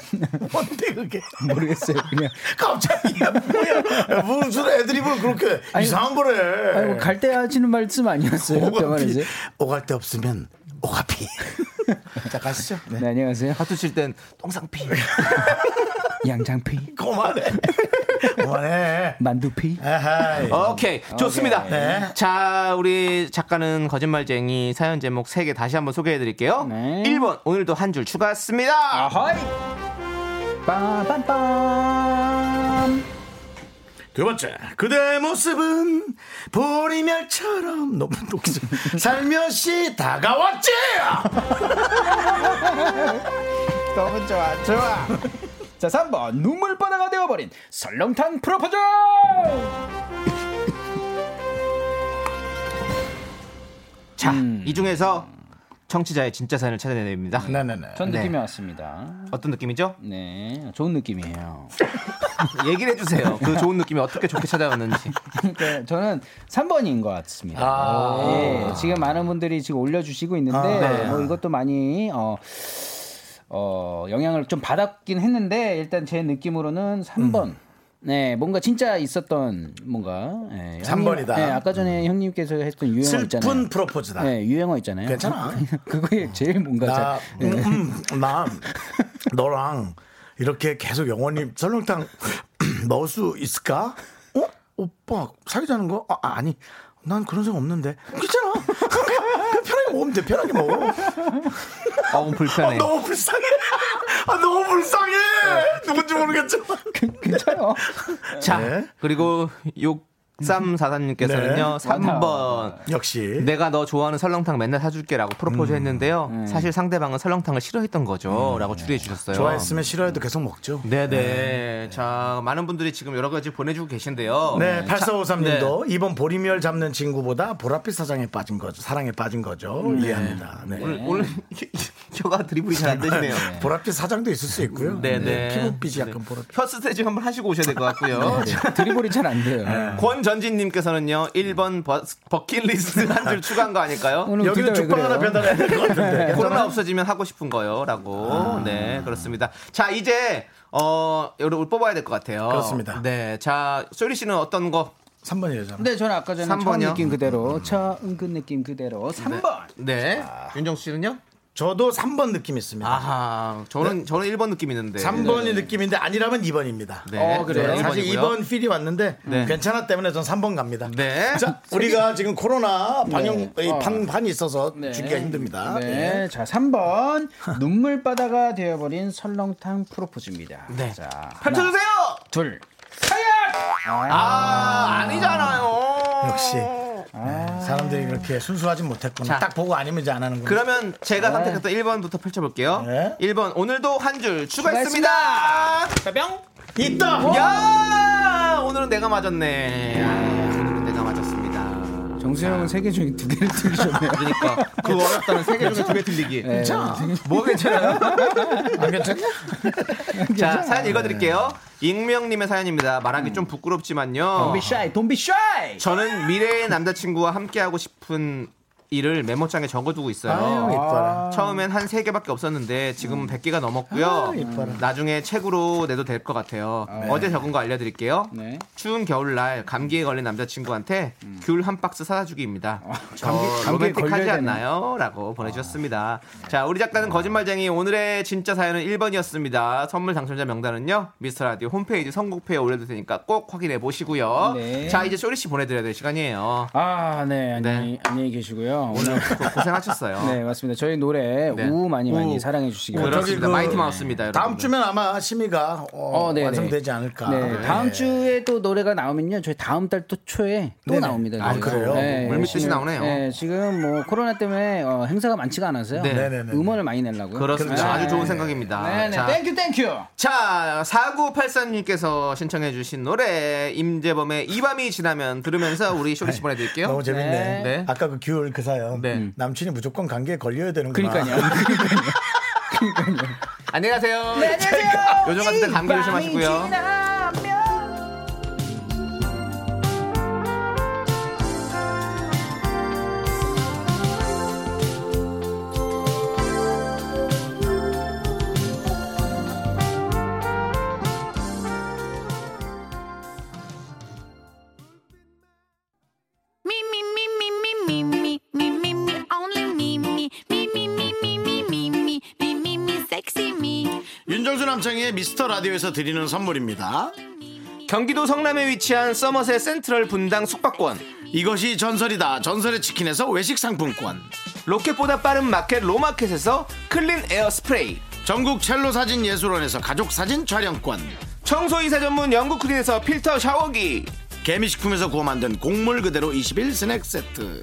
Speaker 1: 뭔데 그게?
Speaker 6: 모르겠어요. 그냥
Speaker 1: 갑자기 야, 뭐야 야, 무슨 애드립을 그렇게 이상한 거래.
Speaker 6: 아이고, 뭐 갈때 하시는 말씀 네. 아니었어요? 병원에서.
Speaker 1: 오가피 오갈 데 없으면 오가피. 자 가시죠. 네.
Speaker 6: 네, 안녕하세요.
Speaker 2: 하투 칠 땐 똥상피
Speaker 6: 양장피,
Speaker 1: 그만해. 그만해.
Speaker 6: 만두피.
Speaker 1: 에헤이.
Speaker 2: 오케이 좋습니다.
Speaker 6: 오케이.
Speaker 1: 네.
Speaker 2: 자 우리 작가는 거짓말쟁이 사연 제목 3개 다시 한번 소개해드릴게요. 1번 오늘도 한 줄 추가했습니다.
Speaker 6: 아하이. 빰빰빰.
Speaker 1: 두 번째 그대 모습은 보리멸처럼 높은 독수 살며시 다가왔지 아,
Speaker 6: 너무 좋아, 좋아. 자, 3번. 눈물바다가 되어버린 설렁탕 프로포즈!
Speaker 2: 자, 이 중에서 청취자의 진짜 사연을 찾아내냅니다.
Speaker 1: 네네네
Speaker 6: 전 느낌이
Speaker 2: 네.
Speaker 6: 왔습니다.
Speaker 2: 어떤 느낌이죠?
Speaker 6: 네, 좋은 느낌이에요.
Speaker 2: 얘기를 해주세요. 그 좋은 느낌이 어떻게 좋게 찾아왔는지.
Speaker 6: 그러니까 저는 3번인 것 같습니다.
Speaker 1: 아.
Speaker 6: 예, 지금 많은 분들이 지금 올려주시고 있는데
Speaker 2: 네.
Speaker 6: 뭐 이것도 많이 어, 어, 영향을 좀 받았긴 했는데 일단 제 느낌으로는
Speaker 1: 음.
Speaker 6: 3번. 네, 뭔가 진짜 있었던 뭔가 예, 형님,
Speaker 1: 삼 번이다. 음.
Speaker 6: 네, 아까 전에 형님께서 했던 유행어
Speaker 1: 슬픈
Speaker 6: 있잖아요.
Speaker 1: 프로포즈다
Speaker 6: 네, 유행어 있잖아요.
Speaker 1: 괜찮아 어.
Speaker 6: 그거에 제일 뭔가
Speaker 1: 나,
Speaker 6: 자-
Speaker 1: 음, 음, 나 너랑 이렇게 계속 영원히 설렁탕 먹을 수 있을까 어 오빠 사귀자는 거 아, 아니 난 그런 생각 없는데 괜찮아 그냥 편하게 먹으면 돼 편하게 먹어
Speaker 2: 어우, 불편해.
Speaker 1: 아, 너무 불쌍해. 아, 너무 불쌍해. 누군지 모르겠지만.
Speaker 6: 괜찮아요.
Speaker 2: 자,
Speaker 1: 네.
Speaker 2: 그리고 6343님께서는요,
Speaker 6: 네.
Speaker 2: 3번.
Speaker 1: 역시.
Speaker 2: 내가 너 좋아하는 설렁탕 맨날 사줄게라고 프로포즈 했는데요. 사실 상대방은 설렁탕을 싫어했던 거죠. 라고 추리해 주셨어요.
Speaker 1: 좋아했으면 싫어해도 계속 먹죠.
Speaker 2: 네네. 자, 많은 분들이 지금 여러 가지 보내주고 계신데요.
Speaker 1: 네,
Speaker 2: 자,
Speaker 1: 8453님도 이번 보리멸 잡는 친구보다 보랏빛 사장에 빠진 거죠. 사랑에 빠진 거죠. 이해합니다. 네.
Speaker 2: 네. 오늘 혀가 드리블이 잘 안 되시네요.
Speaker 1: 보랏빛 사장도 있을 수 있고요.
Speaker 2: 네,
Speaker 1: 네.
Speaker 2: 네.
Speaker 1: 피부빛이 약간 보랏빛.
Speaker 2: 혀 스트레칭 한번 하시고 오셔야 될 것
Speaker 6: 네,
Speaker 2: 같고요.
Speaker 6: 드리블이 잘 안 돼요.
Speaker 1: 네.
Speaker 2: 권전진님께서는요, 1번 버, 버킷리스트 한 줄 추가한 거 아닐까요?
Speaker 6: 오늘 여기는 둘다왜 죽빵 그래요? 하나 배달해야 될것
Speaker 1: 네.
Speaker 6: 같은데.
Speaker 2: 코로나 없어지면 하고 싶은 거요. 라고.
Speaker 6: 아.
Speaker 2: 네, 그렇습니다. 자, 이제, 어, 여러분 뽑아야 될 것 같아요.
Speaker 6: 그렇습니다.
Speaker 2: 네. 자, 쏘리 씨는 어떤 거?
Speaker 1: 3번이에요, 저는.
Speaker 6: 네, 저는 아까 전에 처음
Speaker 2: 3번이요?
Speaker 6: 느낌 그대로, 처음 은근 느낌 그대로 3번.
Speaker 2: 네. 윤정수 씨는요?
Speaker 1: 저도 3번 느낌 있습니다.
Speaker 2: 아하. 저는,
Speaker 1: 네.
Speaker 2: 저는 1번 느낌 있는데.
Speaker 1: 3번이 느낌인데 아니라면 2번입니다.
Speaker 2: 네. 어, 그래요?
Speaker 1: 사실
Speaker 2: 2번이고요.
Speaker 1: 2번 필이 왔는데
Speaker 2: 네.
Speaker 1: 괜찮아 때문에 전 3번 갑니다.
Speaker 2: 네.
Speaker 1: 자, 우리가 지금 코로나 방역
Speaker 6: 네.
Speaker 1: 이
Speaker 6: 어.
Speaker 1: 판, 판이 있어서 주기가 힘듭니다. 예.
Speaker 6: 네. 자, 3번. 눈물바다가 되어버린 설렁탕 프로포즈입니다. 네. 자,
Speaker 2: 펼쳐주세요!
Speaker 6: 둘.
Speaker 2: 아, 아니잖아요.
Speaker 1: 역시 네, 사람들이 그렇게 순수하진 못했구나.
Speaker 2: 자.
Speaker 1: 딱 보고 아니면 이제 안 하는구나.
Speaker 2: 그러면 제가
Speaker 1: 네.
Speaker 2: 선택했던 1번부터 펼쳐볼게요. 1번 오늘도 한 줄 추가했습니다.
Speaker 1: 추가했습니다.
Speaker 2: 뿅
Speaker 1: 있다.
Speaker 2: 야 오늘은 내가 맞았네. 아, 오늘은 내가 맞았습니다.
Speaker 6: 정수영은 세개 중에 두 개를 틀리셨네요.
Speaker 2: 그러니까 그 어렵다는 세개 중에 두개 틀리기.
Speaker 6: 네.
Speaker 2: 자, 뭐 괜찮아요?
Speaker 1: 안 괜찮냐?
Speaker 2: 자 사연 읽어드릴게요. 익명님의 사연입니다. 말하기
Speaker 6: 음.
Speaker 2: 좀 부끄럽지만요.
Speaker 6: Don't be shy. Don't be shy.
Speaker 2: 저는 미래의 남자친구와 함께하고 싶은 일을 메모장에 적어두고 있어요.
Speaker 6: 아유, 이뻐라.
Speaker 2: 처음엔 한 세개밖에 없었는데 지금은 100개가 넘었고요.
Speaker 6: 아유, 이뻐라. 네.
Speaker 2: 나중에 책으로 내도 될 것 같아요. 어제 적은 거 알려드릴게요.
Speaker 1: 네.
Speaker 2: 추운 겨울날 감기에 걸린 남자친구한테 귤 한 박스 사다 주기입니다. 음. 아, 저
Speaker 6: 감기- 감기에
Speaker 2: 로맨틱하지
Speaker 6: 걸려야 되네.
Speaker 2: 않나요? 아. 라고 보내주셨습니다. 자 우리 작가는 거짓말쟁이 오늘의 진짜 사연은 1번이었습니다. 선물 당첨자 명단은요. 미스터라디오 홈페이지 선곡표에 올려둘 테니까 꼭 확인해 보시고요.
Speaker 6: 네.
Speaker 2: 자 이제 쇼리 씨 보내드려야 될 시간이에요.
Speaker 6: 아, 네. 안녕히, 안녕히 계시고요.
Speaker 2: 네.
Speaker 6: 오늘
Speaker 2: 고생하셨어요.
Speaker 6: 네, 맞습니다. 저희 노래
Speaker 2: 네.
Speaker 6: 우 많이 많이
Speaker 2: 우.
Speaker 6: 사랑해 주시기
Speaker 2: 우.
Speaker 6: 바랍니다.
Speaker 2: 그렇습니다. 저기 그 마이티 마우스입니다, 여러분.
Speaker 1: 다음 주면 아마 심의가 어,
Speaker 6: 네, 네.
Speaker 1: 완성되지 않을까.
Speaker 6: 네, 다음 주에 또 노래가 나오면요. 저희 다음 달 또 초에 또
Speaker 1: 네네.
Speaker 6: 나옵니다.
Speaker 1: 아,
Speaker 6: 저희가.
Speaker 1: 그래요? 물밑듯이
Speaker 6: 열심히,
Speaker 2: 뭐 나오네요.
Speaker 6: 네, 지금 뭐 코로나 때문에 어, 행사가 많지가 않아서요.
Speaker 2: 네. 네네네.
Speaker 6: 음원을 많이 내려고요.
Speaker 2: 그렇습니다. 아주 좋은 생각입니다.
Speaker 6: 네, 네.
Speaker 2: 자,
Speaker 6: 땡큐 땡큐.
Speaker 2: 자, 4983님께서 신청해주신 노래, 임재범의 이 밤이 지나면 들으면서 우리 쇼리 씨 보내드릴게요.
Speaker 1: 너무 재밌네.
Speaker 2: 네.
Speaker 1: 아까 그 귤 그 사연. 음. 남친이 무조건 관계에 걸려야 되는구나.
Speaker 2: 안녕하세요.
Speaker 5: 네, 안녕하세요.
Speaker 2: 요즘 같은 때 감기
Speaker 6: 네,
Speaker 5: 이
Speaker 2: 조심하시고요.
Speaker 10: Me, me, me, me, me, me, me, me, me, me, only me, me, me, me, me, me, me, me, me, me, me, me, sexy me.
Speaker 1: 윤정수 남창의 미스터 라디오에서 드리는 선물입니다.
Speaker 2: 경기도 성남에 위치한 서머셋 센트럴 분당 숙박권.
Speaker 1: 이것이 전설이다. 전설의 치킨에서 외식 상품권.
Speaker 2: 로켓보다 빠른 마켓 로마켓에서 클린 에어 스프레이.
Speaker 1: 전국 첼로 사진 예술원에서 가족 사진 촬영권.
Speaker 2: 청소이사 전문 영국 클린에서 필터 샤워기.
Speaker 1: 개미식품에서 구워 만든 곡물 그대로 21 스낵 세트.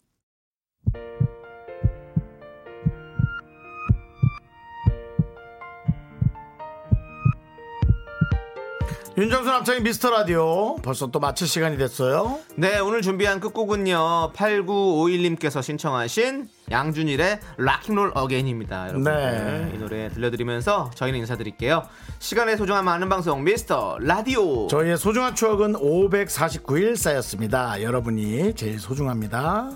Speaker 1: 윤정수 남창의 미스터 라디오 벌써 또 마칠 시간이 됐어요.
Speaker 2: 네, 오늘 준비한 끝곡은요. 8951님께서 신청하신 양준일의 락킹롤 어게인입니다. 여러분.
Speaker 1: 네.
Speaker 2: 이 노래 들려드리면서 저희는 인사드릴게요. 시간의 소중함 많은 방송 미스터 라디오.
Speaker 1: 저희의 소중한 추억은 549일 쌓였습니다. 여러분이 제일 소중합니다.